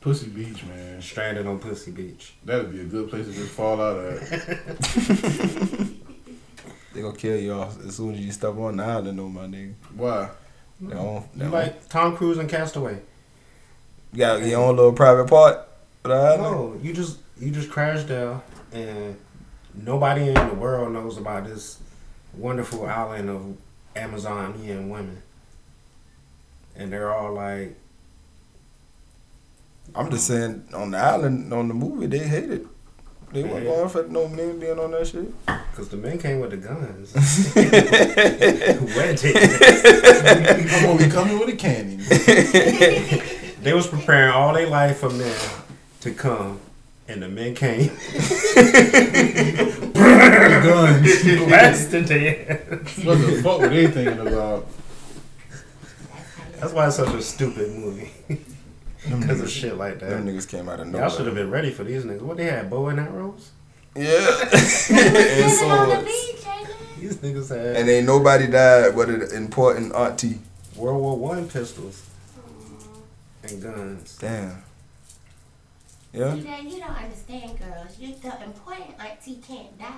pussy beach, man.
Stranded on Pussy Beach.
That'd be a good place to just fall out at.
They gonna kill you off as soon as you step on the island, though, my nigga.
Why?
They don't, they
Mm-hmm. You
don't-
like Tom Cruise and Castaway.
you got your own little private part. But I know.
No, you just you just crashed there, and nobody in the world knows about this wonderful island of Amazonian women, and they're all like,
I'm just saying on the island on the movie they hate it. They weren't going for no men being on that shit.
because the men came with the guns,
they
wedges.
I'm only coming with a cannon.
they was preparing all their life for men to come, and the men came,
Guns.
blasted their ass.
What the fuck were they thinking about?
That's why it's such a stupid movie, because of shit like
Them
that.
niggas came out of
Y'all should have
nowhere.
been ready for these niggas. What they had, bow and arrows?
Yeah. and
Living on the
swords.
beach, ain't it?
These niggas had.
And ain't nobody died but an important auntie.
World War One pistols and guns.
Damn. Yeah.
You know, you don't understand, girls. You, the important auntie can't die.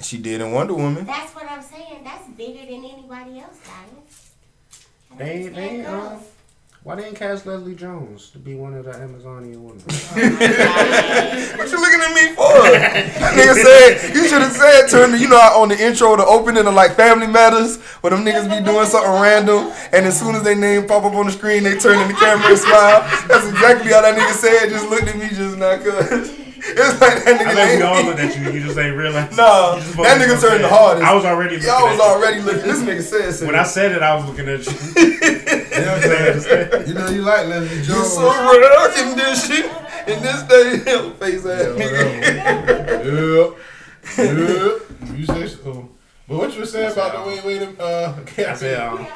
She did in Wonder Woman.
That's what I'm saying. That's bigger than anybody else, Diane. I don't
They- they,
understand
uh,
girls.
Why they didn't cast Leslie Jones to be one of the Amazonian women?
What you looking at me for? That nigga said you should have said to him. You know, how on the intro, the opening of like Family Matters, where them niggas be doing something random, and as soon as they name pop up on the screen, they turn to the camera and smile. That's exactly how that nigga said. Just looked at me just now, cause it's like that nigga. ain't-
looked at you. You just ain't realized.
Nah, that nigga turned the hardest.
I was already. Looking
Y'all was
at you.
already looking. This nigga said something.
When I said it, I was looking at you. Damn,
You know you like Leslie
You
Jones.
so rough in this shit. In this day, face ass nigga.
Whatever. yep. Yep. You say so. But what you were saying about the way way them uh
I said, um,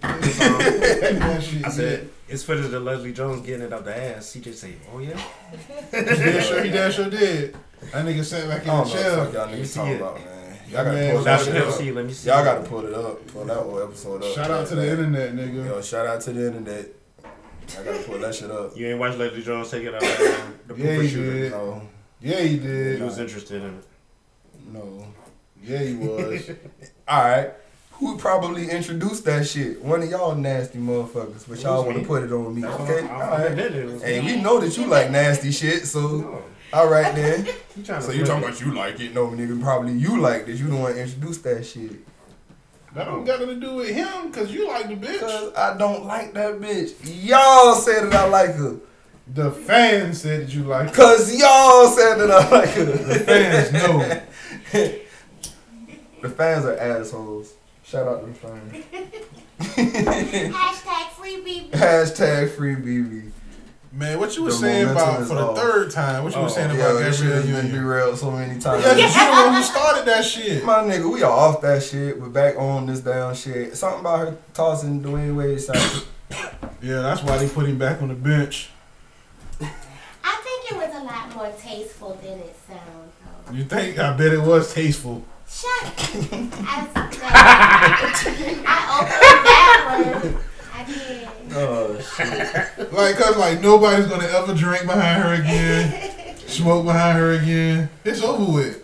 that bullshit.
I said it's footage of Leslie Jones getting it up the ass. CJ say, "Oh yeah."
he damn sure he damn sure did. That nigga sat back in
I
the
don't know
chair.
what the fuck y'all niggas
see
talking
it.
about, man. Y'all gotta
Man,
pull
Now
that
that's
shit
let me
up.
see. Let me see.
Y'all gotta pull it up. Pull that whole episode up.
Shout out to the internet, nigga.
Yo, shout out to the internet. I gotta pull that shit up.
You ain't watched Leslie Jones take it out um, the
Yeah,
pooper
he
shooter.
did.
No,
Yeah, he
You
did.
was interested in it.
no.
Yeah, he was.
Alright. Who probably introduced that shit? One of y'all nasty motherfuckers, but y'all
was
wanna
me.
put it on me. Okay?
I, I
Alright.
did it. it was
Hey, we know that you like nasty shit, so
No.
All right then.
You trying to
So you talking about you like it? No, nigga, probably you liked it. You the one introduced that shit.
That don't got nothing to do with him, cause you like the bitch.
Cause I don't like that bitch. Y'all said that I like her.
The fans said that you like. her.
Cause y'all said that I like her.
The fans know.
The fans are assholes. Shout out to the fans.
Hashtag free BB.
Hashtag free BB.
Man, what you were
The
saying about
momentum is
for the
off.
third time? What you were saying
Yo,
about
this
Gabrielle
shit you
Union?
derailed so many times.
Yeah, 'cause you the one who started that shit.
My nigga, we are off that shit. We're back on this down shit. Something about her tossing Dwayne Wade's side.
Yeah, that's why they put him back on the bench.
I think it was a lot more tasteful than it sounds. though.
You think? I bet it was tasteful.
Shut up. I, I opened backwards. I did.
oh shit.
Like, cause like nobody's gonna ever drink behind her again, smoke behind her again. It's over with.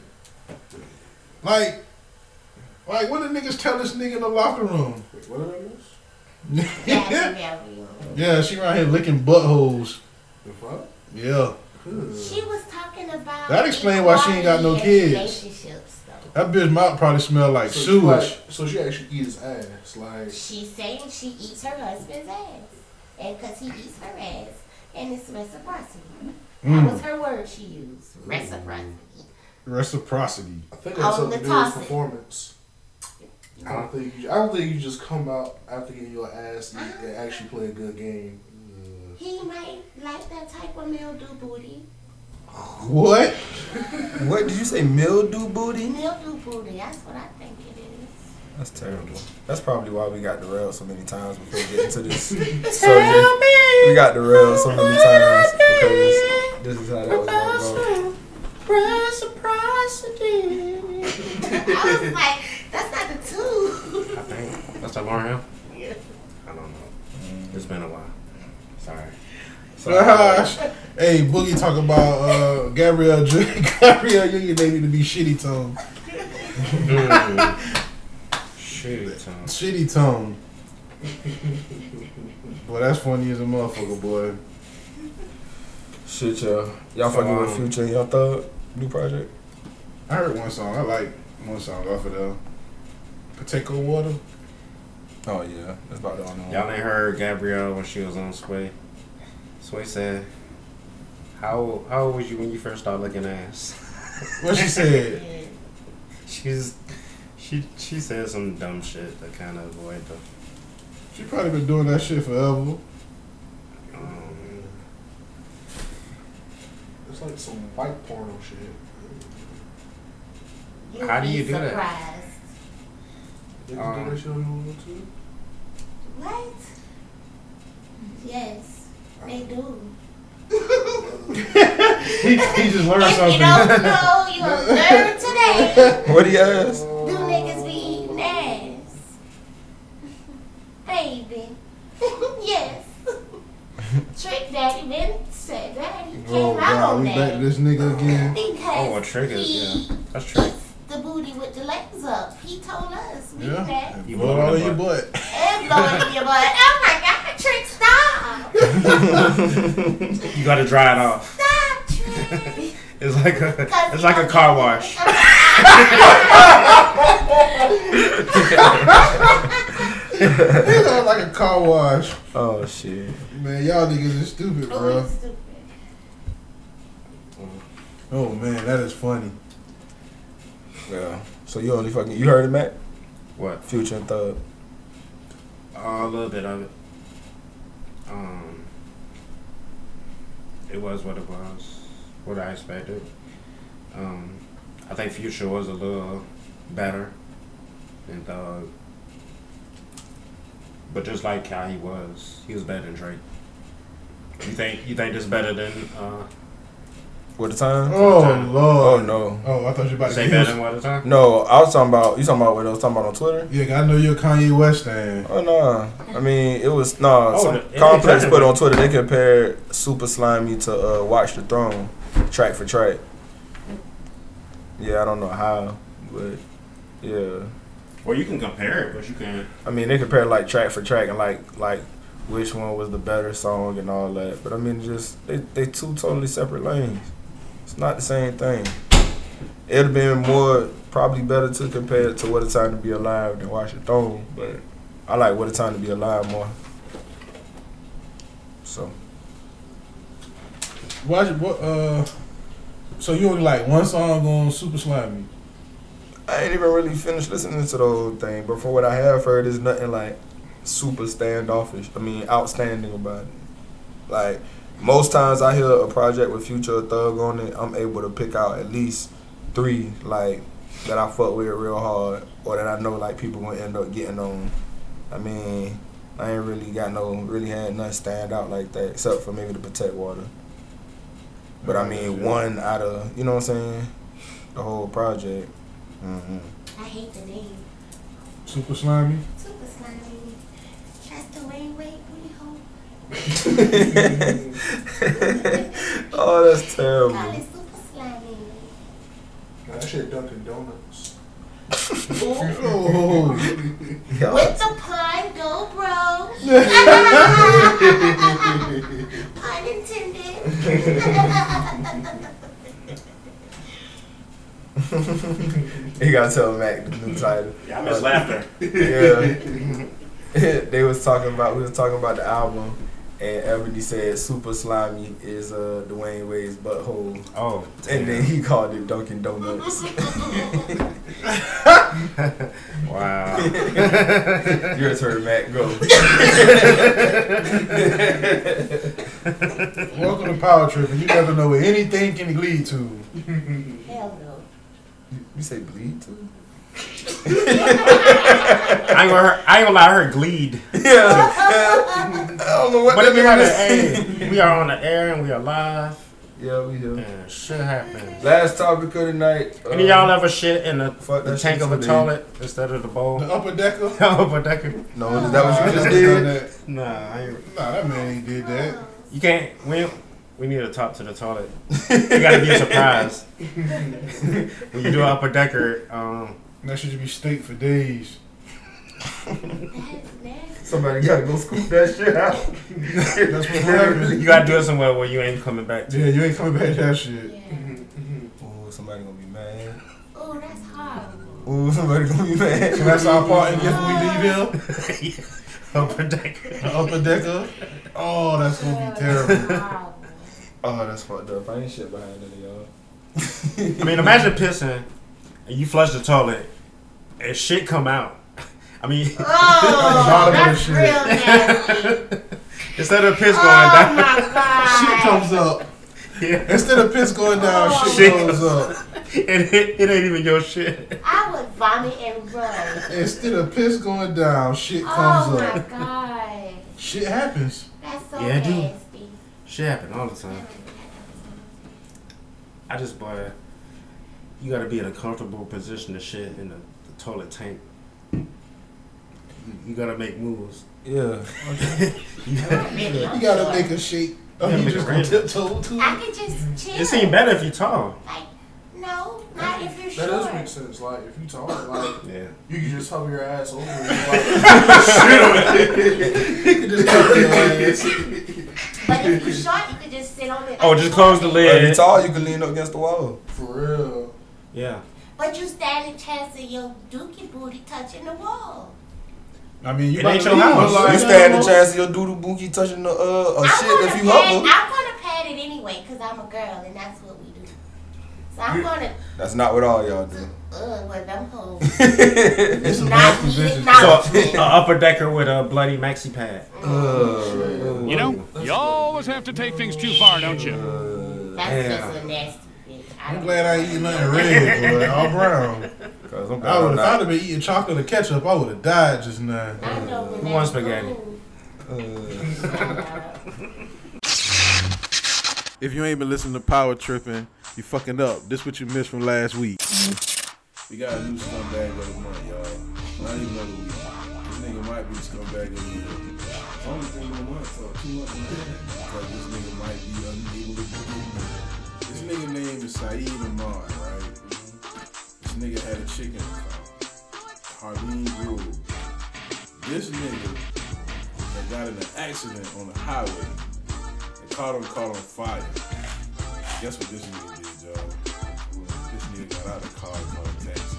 Like, like what did niggas tell this nigga in the locker room?
Wait, what did I miss?
Yeah,
yeah,
yeah, yeah.
she right here licking buttholes.
The fuck?
Yeah,
She was talking about
That explain why she ain't got no
equality in
kids.
Relationships, though.
that bitch mouth probably smell like
So she
sewage.
like- so she actually eat his ass. Like,
She's saying she eats her husband's ass, and because he eats her ass, and it's reciprocity. That
Mm.
was her word she used. Reciprocity.
Reciprocity.
I think
On
that's something
the
to do with
tossing.
performance. I don't think you, I don't think you just come out after getting your ass eat and actually play a good game. Uh,
He might like that type of mildew booty.
What?
What did you say? Mildew booty?
Mildew booty. That's what I think it is.
That's terrible. That's probably why we got derailed so many times before getting to this subject. We got derailed so many times because this is how that was going.
I was like, that's not the two.
I think that's a Lauren Hill. I don't know. It's been a while. Sorry.
hey, Boogie talk about uh, Gabrielle Ju- Gabrielle Union. They need to be shitty tone.
Shit. Tom.
Shitty tone. boy, that's funny as a motherfucker, boy.
Shit, y'all. Y'all
So,
fucking with
um,
Future and y'all thug new project?
I heard one song. I like one song off of the Pateco Water.
Oh yeah, that's about the only one.
Y'all ain't heard Gabrielle when she was on Sway. Sway said, "How how old was you when you first started looking ass?"
What she said?
She's she she said some dumb shit to kind of avoid the.
She probably been doing that shit forever.
Oh,
Um,
it's like some white porno shit.
How do you do that?
surprised.
They
that?
just do
Um,
Uh-huh.
that shit on Hulu too?
What? Yes, they do.
He, he just learned
If you
something.
don't know, you will learn today.
What do you ask?
Do niggas be eating ass? Baby. yes. Trick Daddy then said Daddy came
Oh
out
God,
on
we back to
that.
this nigga again.
oh, a
Because
trigger.
he
Yeah, that's true.
eats the booty with the legs up. He told us we yeah.
Yeah,
that
you
You
blow it
blowing
all in
the
your butt.
and blowing in your butt. Oh my God, Trick, stop.
You gotta dry it off.
Stop, Trick.
It's like a it's like a car wash.
He look like a car wash.
Oh shit.
Man, y'all niggas is stupid,
Oh,
bro.
it's stupid.
Oh man, that is funny.
Yeah. So you only fucking you heard it, Mac?
What?
Future and Thug.
Uh, a little bit of it. Um, it was what it was, what I expected. Um, I think Future was a little better than Thug, but just like how he was, he was better than Drake. You think you think this better than uh,
What the time?
Oh
time.
Oh
lord.
no.
Oh, I thought you about to
say
get
better than what the time?
No, I was talking about you talking about what I was talking about on Twitter?
Yeah, I know you're a Kanye West fan.
Oh no. I mean it was no
Oh,
some
the- it-
complex
exactly.
put on Twitter they compared Super Slimy to uh, Watch the Throne track for track. Yeah, I don't know how, but yeah.
Well, you can compare it, but you can't.
I mean, they compare like track for track and like like which one was the better song and all that. But I mean, just they they two totally separate lanes. It's not the same thing. It'd have been more probably better to compare it to What a Time to Be Alive than Watch It Throne, but I like What a Time to Be Alive more. So
Watch what? Uh, so you only like one song on Super Slimy.
I ain't even really finished listening to the whole thing, but from what I have heard, there's nothing like super standoffish. I mean, outstanding about it. Like most times I hear a project with Future or Thug on it, I'm able to pick out at least three like that I fuck with real hard, or that I know like people gonna end up getting on. I mean, I ain't really got no really had nothing stand out like that, except for maybe the Protect Water. But I mean, one out of you know what I'm saying, the whole project. hmm
I hate the name.
Super Slimy.
Super slimy. Trust the way, wait, we hope.
oh, that's
Call it
terrible.
super slimy.
That shit Dunkin' Donuts.
Oh.
Yo,
With the pun, go bro. Pun intended.
you gotta tell Mac the new title.
Yeah, I miss laughter.
Yeah. they was talking about we was talking about the album, and Ebony said "Super Slimy" is uh Dwayne Wade's butthole,
Oh,
and then he called it Dunkin' Donuts.
wow.
Your turn, Mac. Go.
Welcome to Power Trip, and you never know where anything can lead to.
Hell no.
You say bleed too?
I ain't gonna, hurt, I ain't gonna lie, I heard gleed.
Yeah. I don't know what.
But
that
if you're on the
means.
air, we are on the air and we are live.
Yeah, we do.
And shit happens.
Last topic of the night. uh,
Any of y'all ever shit in the,
fuck
the
that
tank
shit
of a
today.
toilet instead of the bowl?
The upper decker.
No, but that could.
No, is that what you just
Nah,
did?
Nah, I ain't.
Nah, that man ain't did that.
You can't. We we need to talk to the toilet. It gotta be a surprise. when you do upper decker, um,
That should just be steak for days.
That is nasty.
Somebody gotta go scoop that shit out.
That's what happened.
you gotta do it somewhere where you ain't coming back to.
Yeah, you ain't coming back to that shit.
Yeah.
Ooh, somebody gonna be mad.
Oh, that's horrible.
Ooh, somebody gonna be mad.
So that's our part and gift when we leave here.
upper decker.
The upper decker. Oh, that's gonna be terrible.
Horrible.
Oh, that's fucked up. I ain't shit behind it, y'all.
I mean, imagine pissing and you flush the toilet and shit come out. I mean,
Oh, that's
shit.
real nasty.
instead of piss
Oh
going down,
my god.
Shit comes up.
yeah,
Instead of piss going down,
Oh.
shit,
Shit
goes up.
it, it, it ain't even your shit.
I would vomit and run.
Instead of piss going down, shit
Oh
comes
my
up.
god.
Shit happens.
That's so
Yeah, I do.
nasty.
Shit happen all the time. I just bought a. You gotta be in a comfortable position to shit in the, the toilet tank. You, you gotta make moves.
Yeah.
You gotta-
You gotta make a shake. Oh,
Yeah,
you
make
just
a
gonna
random.
tiptoe to
I
it.
could just chill.
it seemed better if you tall.
Like, no, not if you're
That
short.
does make sense. Like if you talk, like
Yeah.
you can just hover your ass over. And just, like,
You can just cover your ass.
But if you're short, you could just sit on it.
Oh,
like
just
a
close the
toilet.
If you
lid.
tall, you can lean up against the wall.
for real.
Yeah.
But you stand a chance of your dookie booty touching the wall.
I mean, you
It
about
ain't
to
your
leave,
house.
but like-
You stand a chance of your doodle bookie touching the uh or
I'm
shit
gonna
if you
pad,
hover.
I'm gonna pad it anyway, cause I'm a girl and that's what we do. So I'm gonna
That's not what all y'all do.
uh with them hoes.
It's some
Not
nasty
me,
bitches.
So,
not
a upper decker with a bloody maxi pad.
Uh,
You know, you always have to take things too far, don't you?
That's just a nasty bitch. I
I'm
don't-
glad I ain't eating nothing red, boy. All brown.
Cause I'm
I
glad
would
I'm
if I'd
not.
have been eating chocolate or ketchup, I would have died just now.
I know when
Who wants
that's
spaghetti?
cool.
Uh,
If you ain't been listening to Power Tripping, you fucking up. This what you missed from last week. We got a new scumbag of the month, y'all. Not even another week. This nigga might be the scumbag of the month. I only think one month or two months Because this nigga might be unable to do This nigga name is Saeed Amar, right? This nigga had a chicken called Hardin Grove. This nigga that got in an accident on the highway and caught him caught on fire. Guess what this nigga did, Joe? out of car contacts.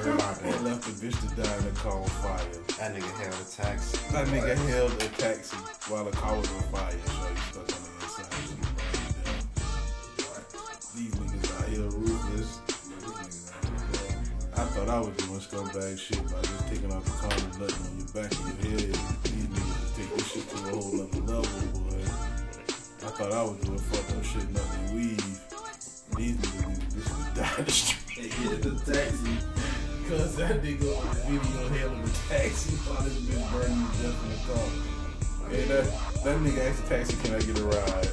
Everybody left the bitch to die in the car on fire. That nigga held a taxi. That nigga held a taxi while the car was on fire. So he stuck on the inside. She burned it down. These niggas out here ruthless. I thought I was doing scumbag shit by just taking off the car and nothing on your back of your head. These niggas take this shit to a whole other level, boy. I thought I was doing fucked up shit, nothing weave. These niggas, these bitches died in the street. They hit the taxi. Cause that nigga on the video hailing the taxi while this bitch burning to death in the car. Hey, that, that nigga asked the taxi, can I get a ride?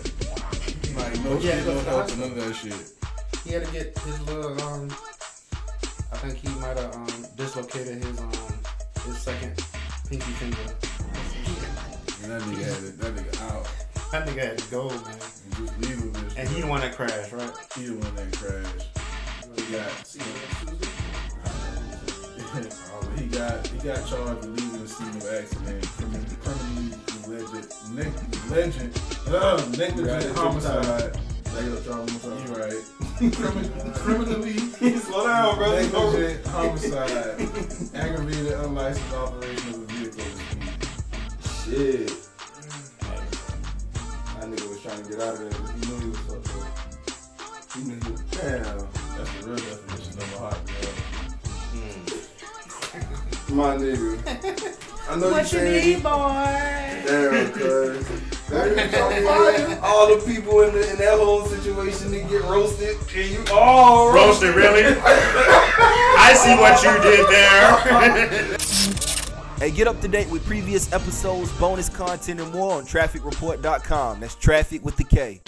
Like, no
Yeah,
shit,
go
no
to the
help, or
hospital.
none of that shit.
He had to get his little um. I think he might have um dislocated his um his second pinky finger.
And that nigga had it. That nigga out.
That nigga had to go, man.
And
he the one that crashed, right?
He the one that crashed. He got. he got he got charged with leaving the scene of accident, criminally, criminally alleged, neg- negligent, uh, negligent homicide. Negative homicide. You right. Crimin- criminally,
Slow down, brother.
Negligent homicide, aggravated unlicensed operation of a vehicle.
Shit. That nigga was trying to get out of there, but he knew he was fucked up. He knew he was damn.
That's the real definition of a hot girl.
My nigga. I know
What you
you
need,
changed.
boy?
Damn, cuz. That nigga's on fire. All the people in, the, in that whole situation they get roasted, and you all
Roasted, really? I see what you did there.
Hey, get up to date with previous episodes, bonus content, and more on trafficreport.com. That's traffic with the K.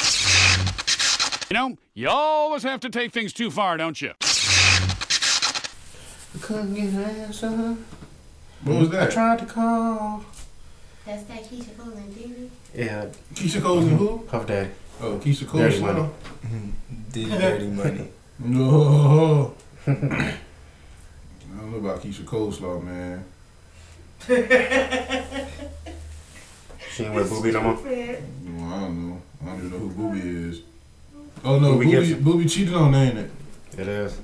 You know, you always have to take things too far, don't you?
Couldn't get an answer.
What was that?
I tried to call.
That's that Keisha Cole and Diddy.
Yeah.
Keisha Cole's and who?
Puff Daddy.
Oh, Keisha Cole.
Dirty
Dirty
Money.
Diddy Dirty Money.
No. I don't know about Keisha Coleslaw, man.
She ain't with Boobie no more?
No, I don't know. I don't even know who Boobie is. Oh no,
Boobie
Boobie, Boobie,
Gibson.
cheated on her, ain't it?
It is.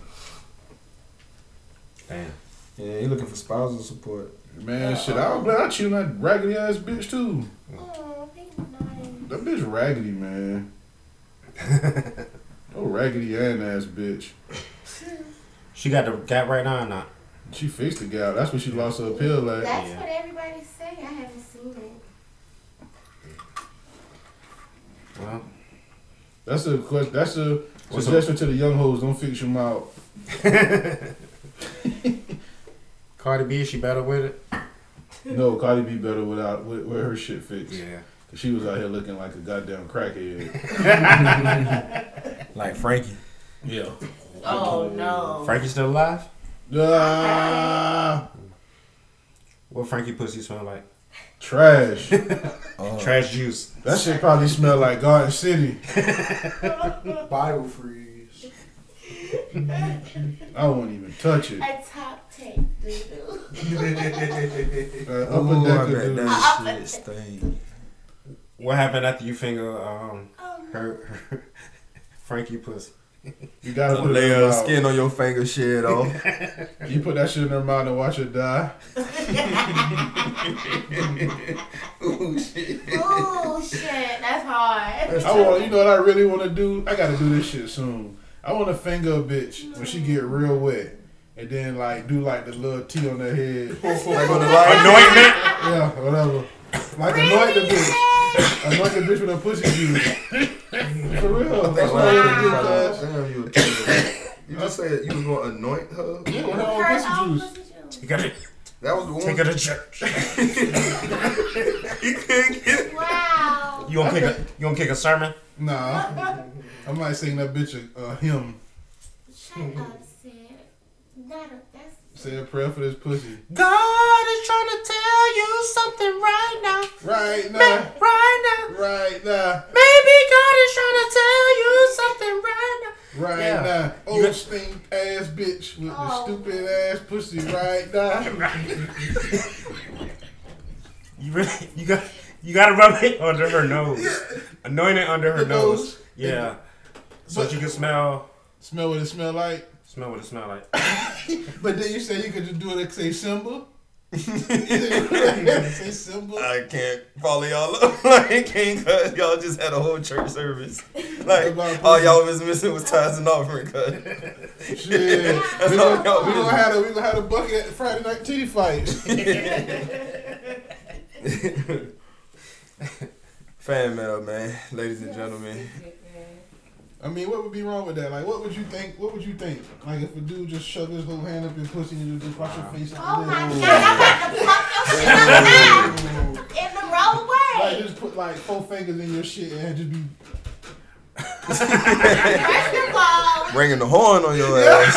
Damn. Yeah, he looking for spousal support.
Man, shit, I don't blame. I cheat on that raggedy ass bitch too.
Oh,
That bitch raggedy, man. oh, raggedy and ass bitch.
She got the gap right now or not?
She fixed the gap. That's when she lost her appeal last.
That's what everybody say. I haven't seen it.
Well,
that's a question. That's a suggestion to the young hoes. Don't fix your mouth.
Cardi B, is she better with it?
No, Cardi be better without with, with her shit fixed. Yeah, cause she was out here looking like a goddamn crackhead.
like Frankie.
Yeah.
Oh, no.
Frankie still alive?
Ah.
What Frankie pussy smell like?
Trash.
Trash juice.
That shit probably smell like Garden City.
Bio freeze.
I won't even touch it.
A top tape, dude.
Uh, upper decker dude.
that
shit thing.
What happened after you finger um her, her Frankie pussy?
You gotta
A
put it
layer
in
of
the mouth.
skin on your finger, shit oh. off.
You put that shit in her mouth and watch her die.
Ooh, shit.
Oh shit, that's hard.
I want, you know what I really want to do? I gotta do this shit soon. I want to finger a bitch when she get real wet, and then like do like the little tea on her head, like
on the light. Anointment?
Yeah, whatever. Like anoint the bitch, anoint the bitch with her pussy juice. For real, that's what I want to do. cuz.
Damn, you a killer. You just said you was gonna anoint her.
Yeah, with her own pussy juice.
You got it. That was the one.
Take her to
church. you couldn't get it.
Wow.
You gonna kick a you gonna kick a sermon?
Nah, I might sing that bitch a uh, hymn.
Shut up, Sid. Not a, that's
Say a prayer for this pussy.
God is trying to tell you something right now.
Right now.
right now.
Right now.
Maybe God is trying to tell you something right now.
Right
Yeah.
now,
You
old
got-
stink ass bitch with
Oh.
the stupid ass pussy. Right now,
You really, you got, you got to rub it under her nose. Anoint it under her
The nose.
nose. Yeah, so
But-
she can smell
Smell what it smell like.
Smell what it smell like.
but then you say you could just do it like say Simba. You say Simba.
I can't follow y'all up. like, can't cut. Y'all just had a whole church service. Like, all y'all was missing was tithes and offering cut.
Shit.
That's
we
all
gonna,
y'all
we
missing.
gonna have a we gonna have a bucket at the Friday night titty fight.
Fan mail, man. Ladies and gentlemen.
I mean, what would be wrong with that? Like, what would you think? What would you think? Like, if a dude just shoved his little hand up your pussy and you just wash your face.
Oh my
Ooh.
god, I'm about to fuck your shit up now. In the wrong
Like,
way.
just put like four fingers in your shit and just be.
First of all,
Ringing the horn on your ass.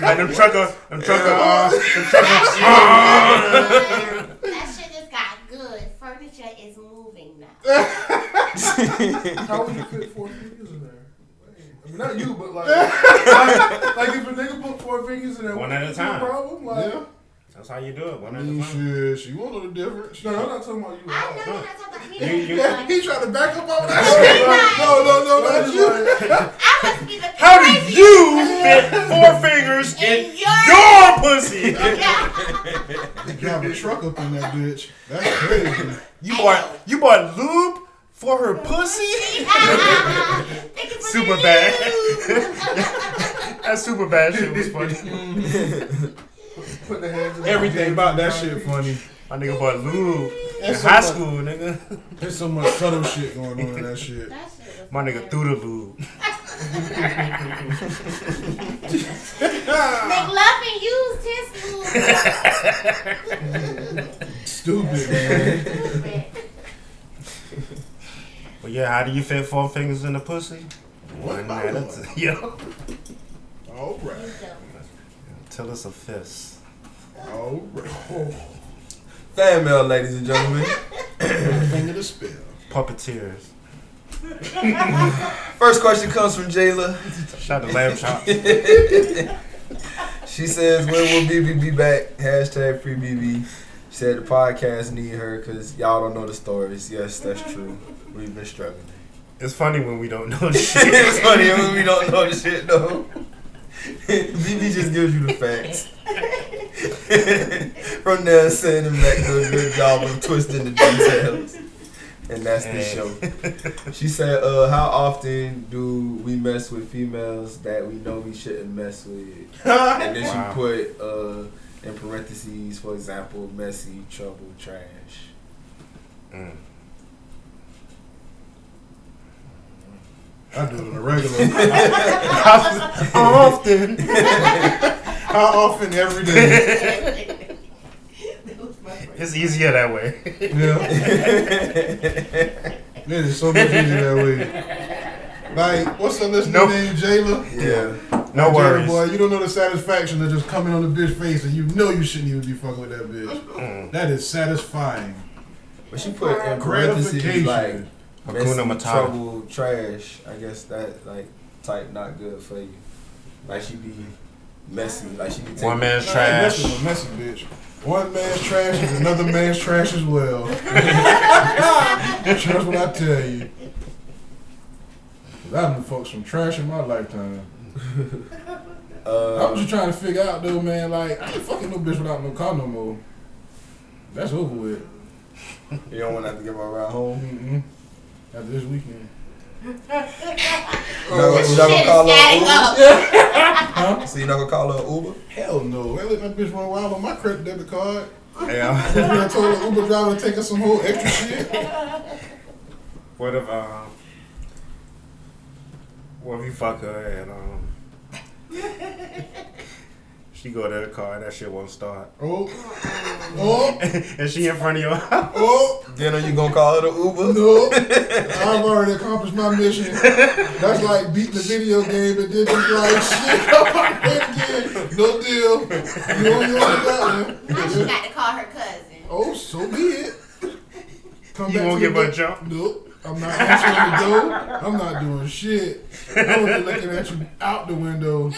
Like them trucker, them trucker, uh, them
that
trucker.
shit, that shit just got good. Furniture is moving now.
How would you fit four fingers in there? I mean, not you, but like, like, like if a nigga put four fingers in there,
One at a
no
time.
problem. Like,
Yeah. That's how you do it. One
I
at a
mean,
time.
shit, she won't know the difference.
no, I'm not talking about you. I
know you're not talking about me.
You- you-
Yeah, he trying to back up on
that.
No, no, no, not you.
How do you fit four fingers in your pussy?
You drive a truck up in that bitch. That's crazy.
You bought you bought lube for her pussy. super bad. that super bad shit was funny.
Put the hands in
Everything about that shit funny. My nigga bought lube in
That's so
high
much-
school, nigga.
There's so much subtle shit going on in that shit.
My nigga threw the lube.
McLuffin used his move.
Stupid, man.
But yeah, how do you fit four fingers in the pussy? One
my
at a
lord.
t- Yo,
All right.
tell us a fist.
All right.
Fan mail, ladies and gentlemen.
Finger to spell.
Puppeteers.
First question comes from Jayla.
Shout out to Lamb Chop.
She says, "When will BB be back?" Hashtag free BB. She said the podcast need her because y'all don't know the stories. Yes, that's true. We've been struggling.
It's funny when we don't know shit.
it's funny when we don't know the shit though. BB just gives you the facts. From there, sending back do a good job of twisting the details, and that's the show. She said, uh, "How often do we mess with females that we know we shouldn't mess with?" And then
Wow.
she put uh, in parentheses, for example, messy, trouble, trash.
Mm.
I do it on a regular. How often? How often every day?
It's easier that way.
Yeah. Man, it's so much easier that way. Like, what's the listener
Nope.
name, Jayla?
Yeah. No
Jayla,
worries.
boy, you don't know the satisfaction of just coming on the bitch face and you know you shouldn't even be fucking with that bitch. that is satisfying.
But she put in parentheses
Gratification.
like messy,
Hakuna Matata.
trouble, trash. I guess that like type not good for you. Like she be messy. Like she be taking
One man's
Nah,
trash.
That's a messy bitch. One man's trash is another man's trash as well. Trust what I tell you. 'Cause I've been fucked some trash in my lifetime. I'm just trying to figure out though, man. Like I ain't fucking no bitch without no car no more. That's over with.
You don't want to have to give her a ride home.
Mm-mm. After this weekend.
You're not Oh, gonna- you're not gonna call her an Uber. So you're not gonna call her an Uber?
Hell no. I let that bitch run wild on my credit debit card.
Yeah.
I told the Uber driver to take us some whole extra shit.
What if um, what if you fuck her and um, she go to the car and that shit won't start,
Oh. Oh.
and she in front of your house.
Oh.
Then are you gonna call her an Uber?
No, I've already accomplished my mission. That's like beating the video game and then just like shit. I'm again. No deal. You don't you want that one.
Now she Oh, got to call her cousin.
Oh, so be it. Come
You
to
won't give
the
her a
door.
jump.
Nope. I'm not answering the door. I'm not doing shit. I'm gonna be looking at you out the window.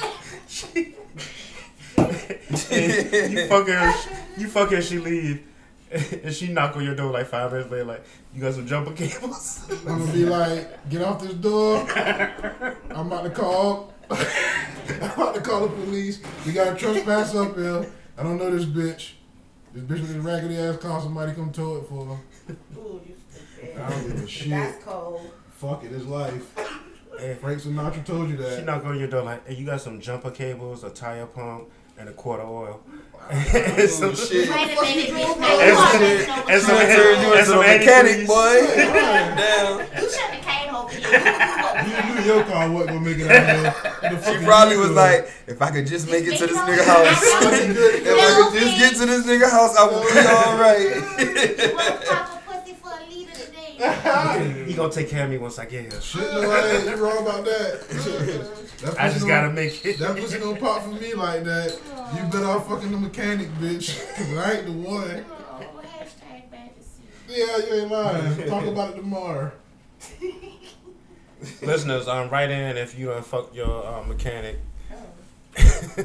you fucking, you fucking, she leave. and she knock on your door like five minutes later, like you got some jumper cables.
I'm gonna be like, get off this door. I'm about to call. I'm about to call the police. We got a trespass up here. I don't know this bitch. This bitch with this raggedy ass call somebody come tow it for her.
Ooh, you stupid.
I don't give a shit.
That's cold.
Fuck it, it's life. Frank Sinatra told you that.
She knock on your door like, hey, you got some jumper cables, a tire pump, and a quart of oil.
Oh,
and some
shit.
Wait a minute, bitch.
And some,
Now you
and
are
She turned you
some, and some,
making
into a mechanic, boy. Damn.
You should have came over here. You would've
You knew your car wasn't gonna make it out of
She probably was like, if I could just make it to this nigga house, if I could just get to this nigga house, I would be all right.
pop a pussy for a leader today.
he gonna take care of me once I get here.
Shit, no, I ain't. You wrong about that. That
I
pussy
just
gonna-
gotta make it.
That pussy gonna pop for me like that. You better off fucking the mechanic, bitch. Cause I ain't the one.
Oh, hashtag fantasy.
Yeah, you ain't lying. Talk about it tomorrow.
Listeners, um, write in if you done fuck your uh, mechanic.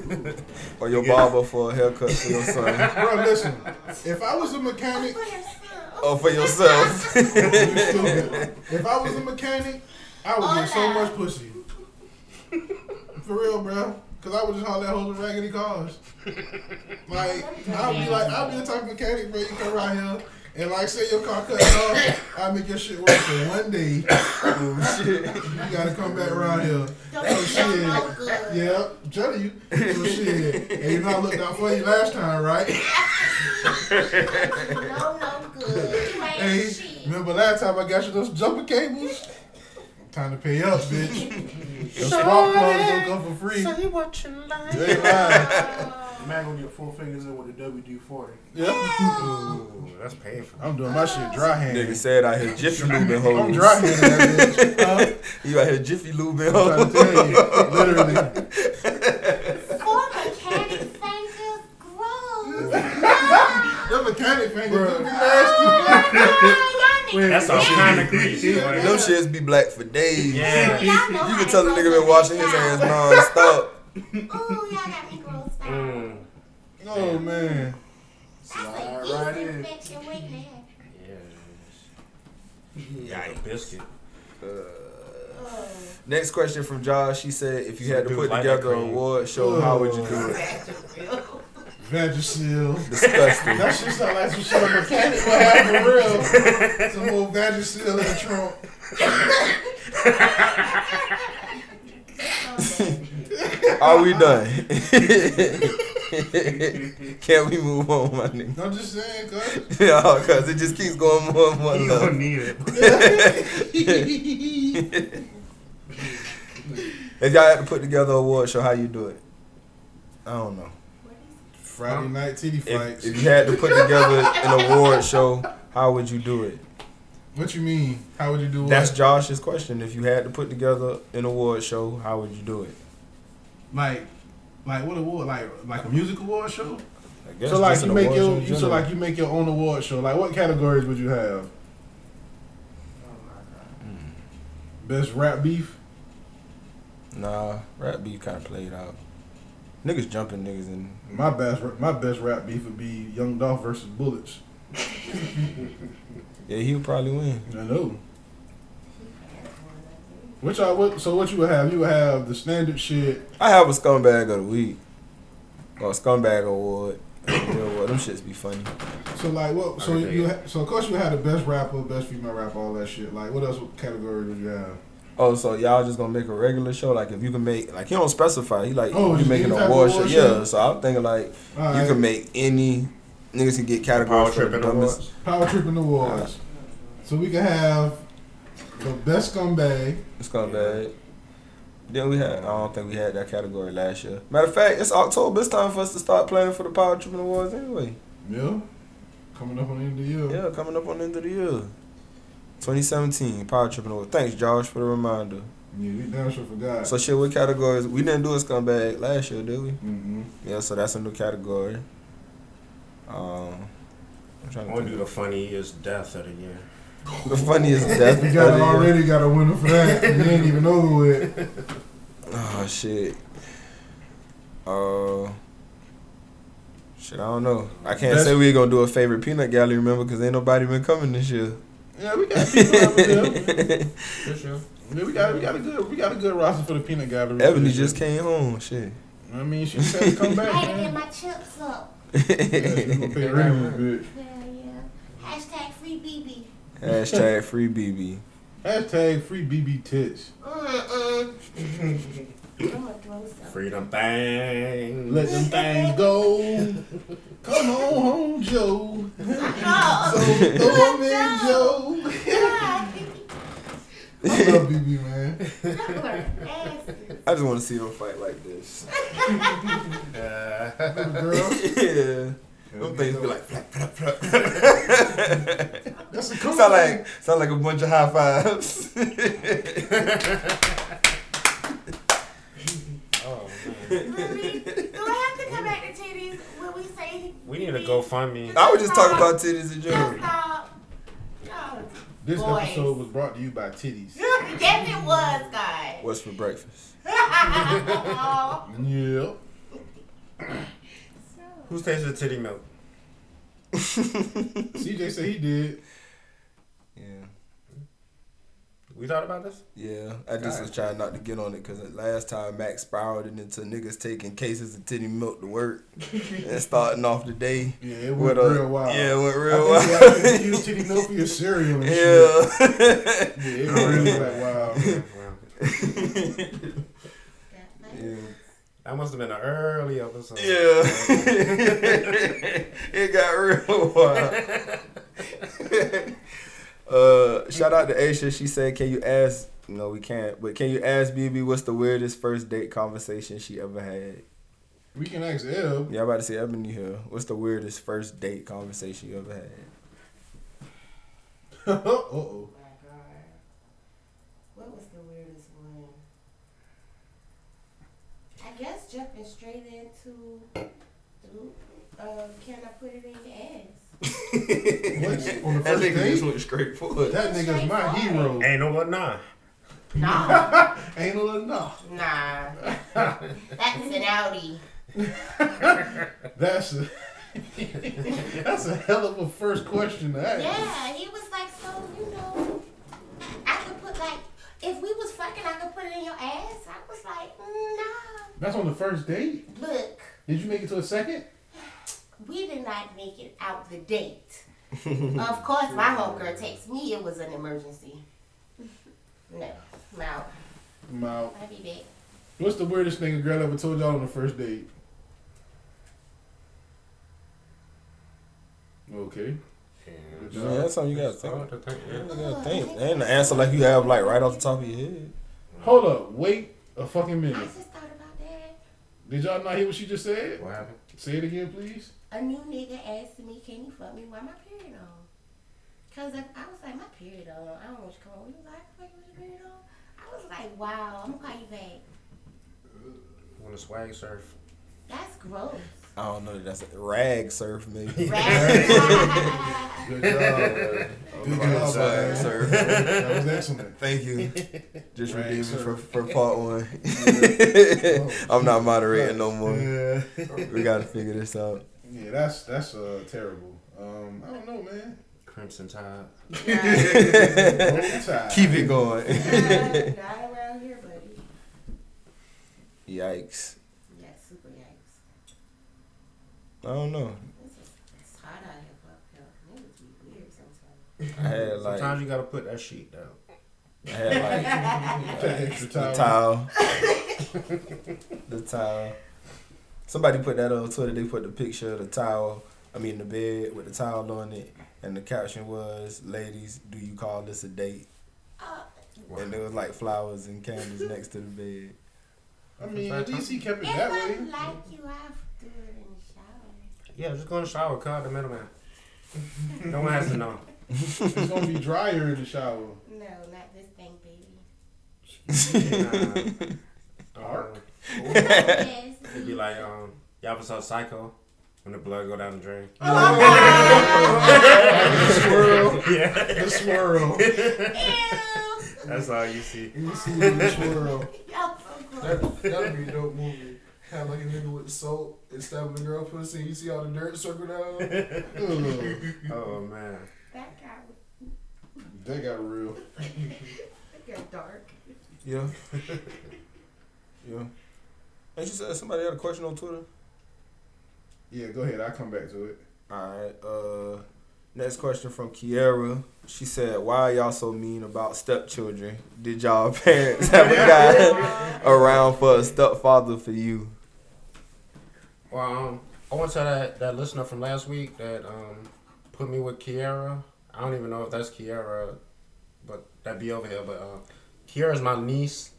or your barber for a haircut for your son,
Bro, listen. If I was a mechanic,
or Oh, for yourself.
if I was a mechanic, I would get so much pussy. For real, bro. Cause I would just haul that whole raggedy cars. Like I'll be like I'll be the type of mechanic, bro. You come right here and like say your car cut off, I make your shit work for one day.
oh shit!
You gotta come back around here.
Don't
Oh
smell no
shit.
good.
Yeah, I'm telling you. Oh shit. And you know I looked out for you last time, right?
No, no good. You ain't
Hey,
shit.
remember last time I got you those jumper cables? Time to pay up, bitch. Your spark
Sorry.
plugs don't come for free.
Say what you like.
You ain't lying.
Man gonna get four fingers in with the WD forty.
Yep.
Ooh, that's painful.
I'm doing my shit dry
Nigga
handed.
said I hear Jiffy Lube and hoes.
I'm dry handed that bitch. Huh?
You out here Jiffy Lube and
I'm
hoes.
trying to tell you, literally.
Four mechanic fingers gross.
Your mechanic finger do be
Oh,
nasty.
y'all niggas
That's all kind of grease. like-
Them shits be black for days.
Yeah.
Y'all
You
know
can
how
tell the
it
nigga
goes
been washing his
down.
ass non-stop.
Ooh, y'all got me grossed out.
Mm,
Oh man.
That's
Slide
like
right in.
yeast infection waiting to happen.
yeah. Like a biscuit.
Next question from Josh. She said, if you
So
had to
dude
put
like
together
that
an
cream.
award show, how would you do it?
Vagisil.
Disgusting.
That shit sound like some shit a mechanic would have for real. Some old Vagisil in the trunk.
Are we done? Can we move on, my nigga?
I'm just saying, cuz.
Yeah, cause it just keeps going more and more
You don't
love.
need it.
If y'all had to put together an award show, how you do it? I don't know.
Friday night titty
If,
fights.
if you had to put together an award show, how would you do it?
what you mean? How would you do
That's
what?
Josh's question. If you had to put together an award show, how would you do it?
like like what award? Like like a music award show?
I guess
so like
just
you
an
make
award show
your
in
you, so
general.
like you make your own award show. Like what categories would you have? Best rap beef.
Nah, rap beef kind of played out. Niggas jumping niggas and
My best ra- my best rap beef would be Young Dolph versus Bullets.
yeah, he would probably win.
I know. Which I would so what you would have? You would have the standard shit.
I have a scumbag of the week or a scumbag award. Yeah, well, them shits be funny.
So like what? So
I can
you
dig
ha- so of course you would have the best rapper, best female rapper, all that shit. Like what else category would you have?
Oh, so y'all just gonna make a regular show? Like if you can make like he don't specify. He like
Oh,
you
just
make an
any type of
award show.
award show?
Yeah, so I'm thinking like
All
you
right.
can make any niggas can get
Power
categories for the
tripping
dumbest.
awards.
Power Tripping Awards. So we can have the best scumbag.
Scumbag. Then we had I don't think we had that category last year. Matter of fact, it's October. It's time for us to start planning for the Power Tripping Awards anyway.
Yeah. Coming up on the end of the year.
Yeah, coming up on the end of the year. 2017, Power Tripping Award. Thanks, Josh, for the reminder.
Yeah, we damn sure forgot.
So, shit, what categories? We didn't do a scumbag last year, did we?
mm-hmm.
Yeah, so that's a new category. Um, I'm
I
trying to
want to
think.
do the funniest death of the year.
The funniest death.
We got
of
it
the year.
already got a winner for that. and it ain't even over with.
Oh, shit. Uh, Shit, I don't know. I can't
That's-
say we're gonna do a favorite peanut gallery remember because ain't nobody been coming this year.
Yeah, we got people out there. Yeah, we got we got a good we got a good roster for the peanut gallery. for
Ebony
this
just
year.
came home. Shit.
I mean, she said to come back.
I had to get
man.
my chips up.
Yeah, she gonna pay rent on this bitch.
Hell yeah. Hashtag free BB.
Hashtag free BB.
Hashtag free BB tits.
Mm-mm. I'm gonna drink some.
Freedom thing.
Let them things go. Come on home, Joe.
Oh.
So throw 'em in, Joe. I love BB, man.
I just want to see them fight like this.
girl.
yeah. Them things be like flap, flap, flap.
That's a cool
sound
thing.
like sound like a bunch of high fives.
Oh,
Do I have to come back to titties when we say
we need a GoFundMe.
I was just talking about titties in
just
general.
stop? No.
This
Boys.
episode was brought to you by titties.
yes, it was, guys.
What's for breakfast?
Aw.
Yeah.
Who's tasting the titty milk?
CJ said he did.
Yeah.
We thought about this?
Yeah, I just was
God.
trying not to get on it because last time Max spiraled into niggas taking cases of titty milk to work and starting off the day.
Yeah, it went
with a-
real wild.
Yeah, it went real
I think
wild.
you actually used titty milk for your cereal and shit.
yeah.
Yeah, it really went wild. man.
That must have been an early episode.
Yeah. it got real wild. uh, shout out to Aisha. She said, Can you ask? No, we can't. But can you ask BB what's the weirdest first date conversation she ever had?
We can ask L.
Yeah, I'm about to say Ebony here. What's the weirdest first date conversation you ever had?
uh oh.
my God. What was the weirdest one?
I guess jumping straight into the, uh, can I put it in your ass?
What? On the
That
first
nigga just
date?
went straight for it.
That nigga's my hero.
Ain't no but nah.
Ain't no enough.
Nah. That's an outie.
That's a, that's a hell of a first question to ask.
Yeah, he was like, so, you know, I could put, like, if we was fucking, I could put it in your ass. I was like, nah.
That's on the first date?
Look,
Did you make it to a second?
we did not make it out the date. of course, my homegirl texts me it was an emergency. No, no.
I'm out.
I'll be back.
What's the weirdest thing a girl ever told y'all on the first date? Okay.
Yeah, that's something you gotta think.
Oh, the thing, yeah.
You gotta think. That ain't the answer like you have like right off the top of your head.
Hold up. Wait a fucking
I
minute.
just thought about that.
Did y'all not hear what she just said?
What happened?
Say it again, please.
A new nigga asked me, can you fuck me while my period on? Cause if I was like, my period on, I don't want you to come over. He was like, I can fuck you with your period on. I was like, wow, I'm gonna call you back.
Want to swag surf?
That's gross.
I don't know. That's a rag surf maybe.
Right?
Good job. man. Good job,
Rag
man.
surf.
That was excellent.
Thank you. Just
Rag
redeeming for,
surf.
for part one. I'm not moderating no more.
Yeah.
We gotta figure this out.
Yeah, that's that's uh terrible. Um, I don't know, man.
Crimson Tide.
Roll Tide.
Keep it going.
Not not around here, buddy.
Yikes.
Yeah, super yikes.
I don't know.
It's, just, it's hot out here, fuck hell. Niggas be weird sometimes.
I had like
Sometimes
I
you gotta put that sheet down.
had like
That extra towel.
the towel. the towel. Somebody put that on Twitter. They put the picture of the towel. I mean, the bed with the towel on it, and the caption was, "Ladies, do you call this a date?"
Uh,
And there was like flowers and candles next to the bed.
I mean, at least he kept it
if
that
I
way.
like you, I'll do it in the shower.
Yeah, just go in the shower, cut out the middleman. no one has to know.
It's gonna be drier in the shower.
No, not this thing, baby.
And, uh,
Ark?
um,
yes.
It'd be like, um, y'all ever saw Psycho when the blood go down the drain?
swirl,
yeah,
the swirl.
Ew.
that's all you see.
You see the swirl.
Y'all so gross.
That, that'd be a dope movie.
Have like a nigga with the soap and stabbing the girl pussy. And you see all the dirt circle down.
oh man.
That guy was
That got real.
that got dark.
Yeah. yeah. And you said somebody had a question on Twitter?
Yeah, go ahead. I'll come back to it.
Alright, uh next question from Kiera. She said, Why are y'all so mean about stepchildren? Did y'all parents have a guy around for a stepfather for you?
Well, um, I want to tell that, that listener from last week that um, put me with Kiara. I don't even know if that's Kiara, but that'd be over here. But uh, Kiara's my niece.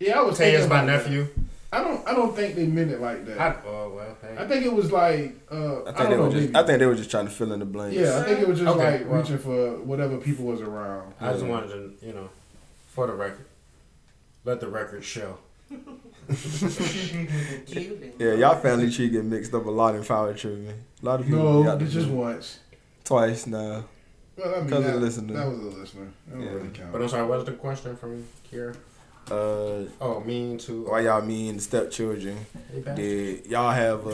Yeah, I was
Tay is
thinking
my
about that.
nephew.
I don't. I don't think they meant it like that.
I, oh, well, hey.
I think it was like. Uh,
I
I,
think they
don't
were
know.
just
Just,
I think they were just trying to fill in the blanks.
yeah, I think it was just
Okay,
like
well.
reaching for whatever people was around.
I just wanted to, you know, for the record, let the record show.
Yeah, y'all family tree get mixed up a lot in power tripping. A lot of people.
No,
be out
they
there.
just once.
Twice now.
Well, I mean,
Because
that,
of listener.
that was a listener. That don't
Yeah.
really count.
But I'm sorry, what was the question from Kiara?
Uh,
Oh, mean to.
why y'all mean the stepchildren?
Hey, Pastor.
Did y'all have uh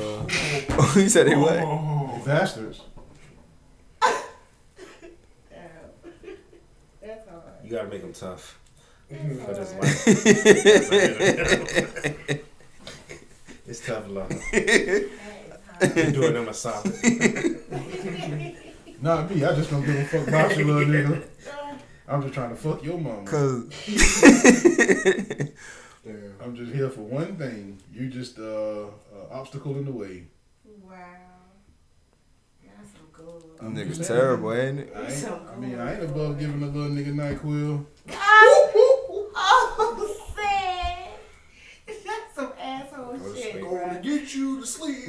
you said they what?
Oh, bastards.
That's all right.
You gotta make him tough.
That's
For this
Mm.
all
life.
right.
it's tough love.
That
You're doing them a solid.
Not me. I just don't give a fuck about you, little nigga. I'm just trying to fuck your mama.
Cause
I'm just here for one thing. You just uh, uh obstacle in the way.
Wow. That's some good.
I'm
Niggas
just
terrible,
saying.
ain't it?
I, ain't, I mean, I ain't above giving a little nigga Nyquil.
Oh, sad. That's some asshole shit, bro.
Get you to sleep.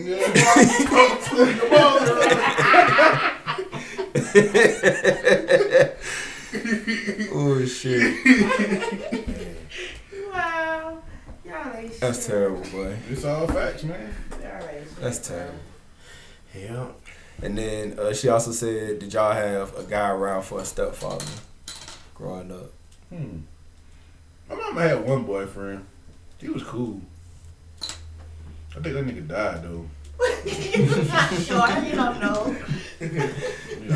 oh shit.
Wow. Y'all ain't shit.
That's terrible, boy.
It's all facts, man.
Y'all ain't shit.
That's terrible.
yeah.
And then uh, she also said, Did y'all have a guy around for a stepfather growing up?
Hmm. My mama had one boyfriend. He was cool. I think that nigga died though.
you not sure. You don't know.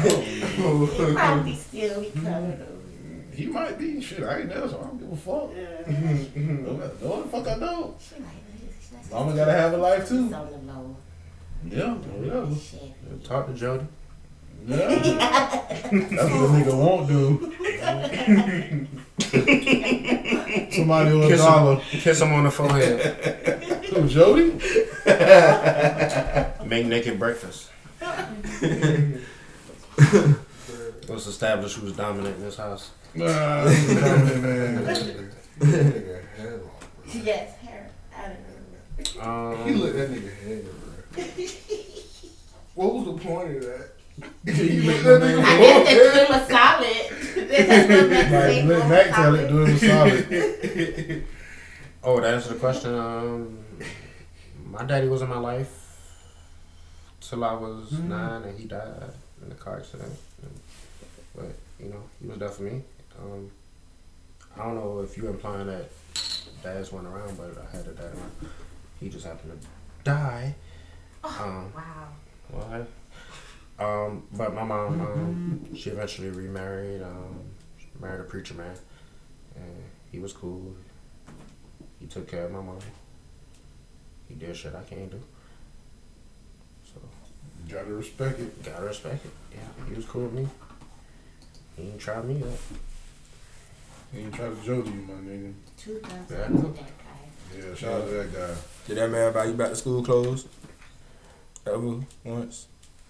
He probably still recovering.
He might be shit. I ain't there, so I don't give a fuck.
Yeah.
No, matter- no, the fuck I know.
She like, she's like,
Mama gotta have a life too.
she's on the low.
Yeah, whatever.
Shit.
Talk to Jody.
Yeah. That's what a nigga won't do. Somebody with a
Kiss him,
dollar.
kiss him on the forehead.
Who, Jody?
Make naked breakfast. Let's establish who's dominant in this house.
Nah, this is comedy, man.
nigga head off.
Yes, her. I don't know.
Um,
He lit that nigga head off. bro. What was the point of that?
You
You lit
lit
that nigga
my man.
I guess they do him a solid. They just don't have to say
Like, let
him a
Mac tell it,
solid.
do him a solid.
Oh, to answer the question, um, my daddy was in my life till I was nine, and he died in a car accident. And- But you know, he was there for me. Um, I don't know if you're implying that dads weren't around, but I had a dad. Around. He just happened to die. Um,
Wow.
Why? Um, but my mom, um, she eventually remarried. Um, she married a preacher man, and he was cool. He took care of my mom. He did shit I can't do. So
Gotta respect it.
gotta respect it. Yeah, he was cool with me. He didn't try me up.
He ain't try to jody you, my nigga.
Two thumbs
Yeah.
up to that guy.
Yeah, shout out to that guy.
Did that man buy you back to school clothes? Ever once?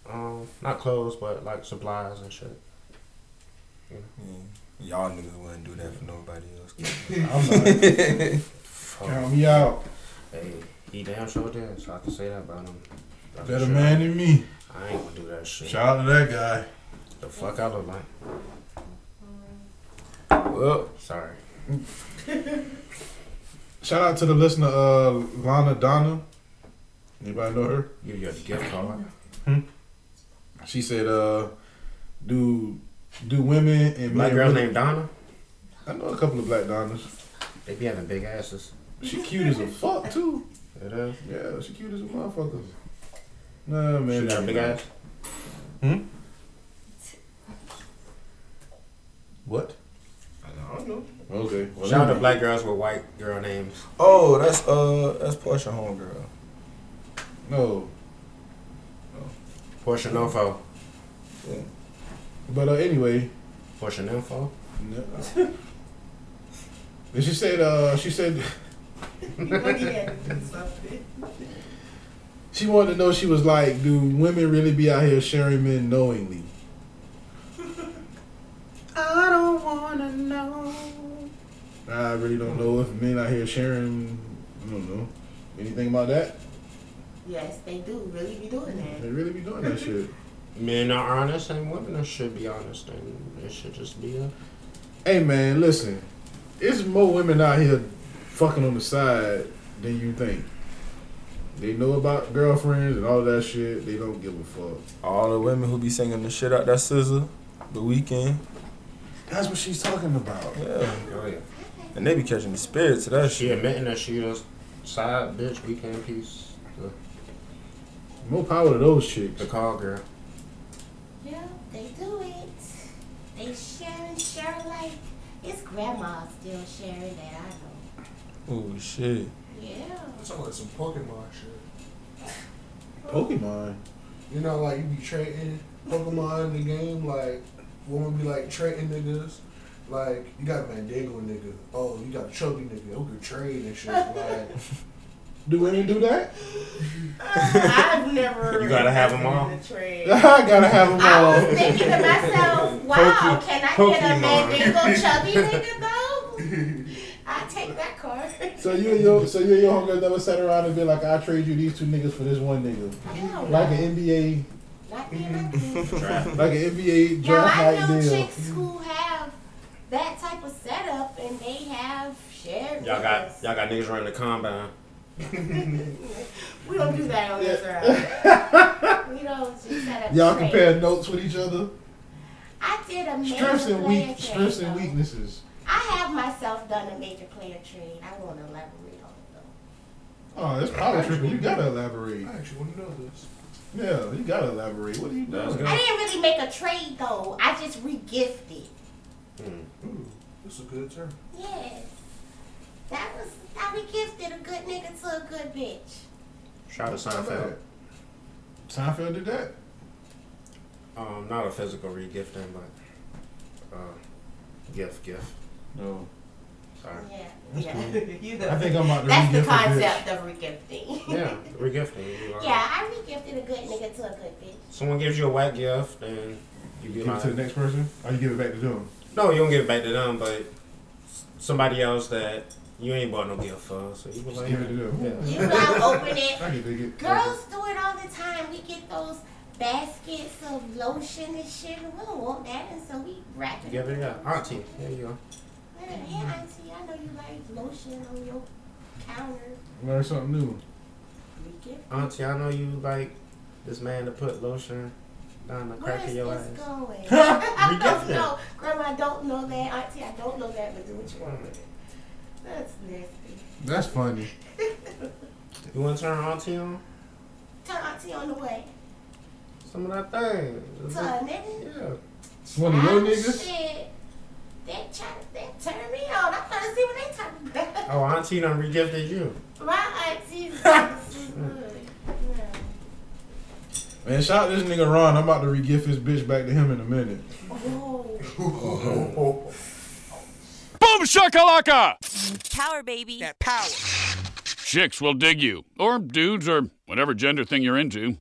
Um, not clothes, but like supplies and shit.
Yeah. Y'all niggas wouldn't do that for nobody else.
I'm like,
Fuck.
count me out.
Hey, he damn sure did, so I can say that about him. I'm
Better
sure
man than me.
I ain't gonna do that shit.
Shout out to that guy.
The fuck I look like.
Well,
Sorry.
Shout out to the listener, uh, Lana Donna. Anybody know her?
Give you a gift card.
She said, uh, do do women and
My
men
girl
really-
named Donna.
I know a couple of black Donnas.
They be having big asses.
She cute as a fuck too.
It is?
Yeah, she cute as a motherfucker. Nah, man.
She got a big ass?
Hmm? What?
I don't know.
Okay. well,
Shout out
then-
to black girls with white girl names.
Oh, that's uh, that's Portia homegirl.
No.
Portia Nofo.
Yeah.
But uh, anyway.
Portia Nofo?
No. And she said, uh, she said. She wanted to know. She was like, "Do women really be out here sharing men knowingly?"
I don't wanna know.
I really don't know if men out here sharing. I don't know anything about that.
Yes, they do really be doing that.
They really be doing that shit.
Men are honest and women should be honest and it should just be a
Hey man, listen, it's more women out here fucking on the side than you think. They know about girlfriends and all that shit. They don't give a fuck.
All the women who be singing the shit out that scissor, the weekend.
That's what she's talking about.
Yeah.
Oh yeah.
And they be catching the spirits of that
She
shit.
admitting that she was side bitch, weekend piece. The,
More power to those chicks.
the call girl.
Yeah, they do it. They share and share like it's grandma still sharing that I know.
Oh shit.
Yeah.
That's all like some Pokemon shit.
Pokemon.
You know, like you be trading Pokemon in the game, like woman be like trading niggas. Like you got a Mandingo nigga. Oh, you got a chubby nigga. We could trade and shit. Like
Do women do that?
I've never.
You gotta have 'em all.
I
I gotta have them all.
was thinking to myself, wow,
Poke-
can I get
Pokemon.
a Mandingo chubby nigga though? I take that card.
So you and your so you and your homegirl never sat around and been like, I trade you these two niggas for this one nigga.
Hell
Like
no.
an NBA
Not me, not me.
like an NBA
Now
draft
I know
night deal.
chicks who have that type of setup and they have shared.
Y'all got y'all got niggas running the combine.
We don't do that on this round. we don't just set up.
Y'all
trade.
compare notes with each other.
I did a major
Strengths and
player
weak
trade,
strengths and
though.
weaknesses.
I have myself done a major player trade. I won't elaborate on it though.
Oh, that's power tripping. You gotta elaborate.
I actually want to know this.
Yeah, you gotta elaborate. What are you
That's
doing?
I didn't really make a trade though. I just re-gifted.
Hmm.
Ooh, this is a good term.
Yes, that was I re-gifted a good nigga to a good bitch.
Shout out to Seinfeld.
Seinfeld did that.
Um, not a physical regifting, but uh, gift, gift.
No.
Sorry.
Yeah,
That's
yeah.
cool.
You know.
I think I'm about to
That's the
re-gift a bitch.
concept of regifting.
Yeah, regifting. You, uh,
yeah, I regifted a good nigga to a good bitch.
Someone gives you a whack gift, and you
Give
give,
it to the next person, or you give it back to them.
No, you don't give it back to them, but s- somebody else that you ain't bought no gift for, so you was
Just
like,
give it to them.
yeah.
You gotta open it.
I can dig it.
Girls do it all the time. We get those baskets of lotion and shit, and we don't want that, and so we wrap it.
Give it to auntie. There you go.
Hey, auntie, I know you like lotion on your counter.
Learn something new.
We get
Auntie, I know you like this man to put lotion down the
Where
crack
is
of your ass.
this going?
We
I
get
don't
there.
know. Grandma, I don't know that. Auntie, I don't know that, but do what you want with it. That's nasty.
That's funny.
You want to turn auntie on?
Turn auntie on the way.
Some of that thing.
To a nigga?
Yeah.
One of your
Ah,
niggas?
Shit. They try they turn me on. I'm trying to see what they talking about.
Oh, auntie done regifted you.
My auntie's this is good. No.
Man, shout out this nigga Ron. I'm about to re-gift his bitch back to him in a minute.
Oh.
Boom shakalaka!
Power baby. That
Chicks will dig you, or dudes, or whatever gender thing you're into.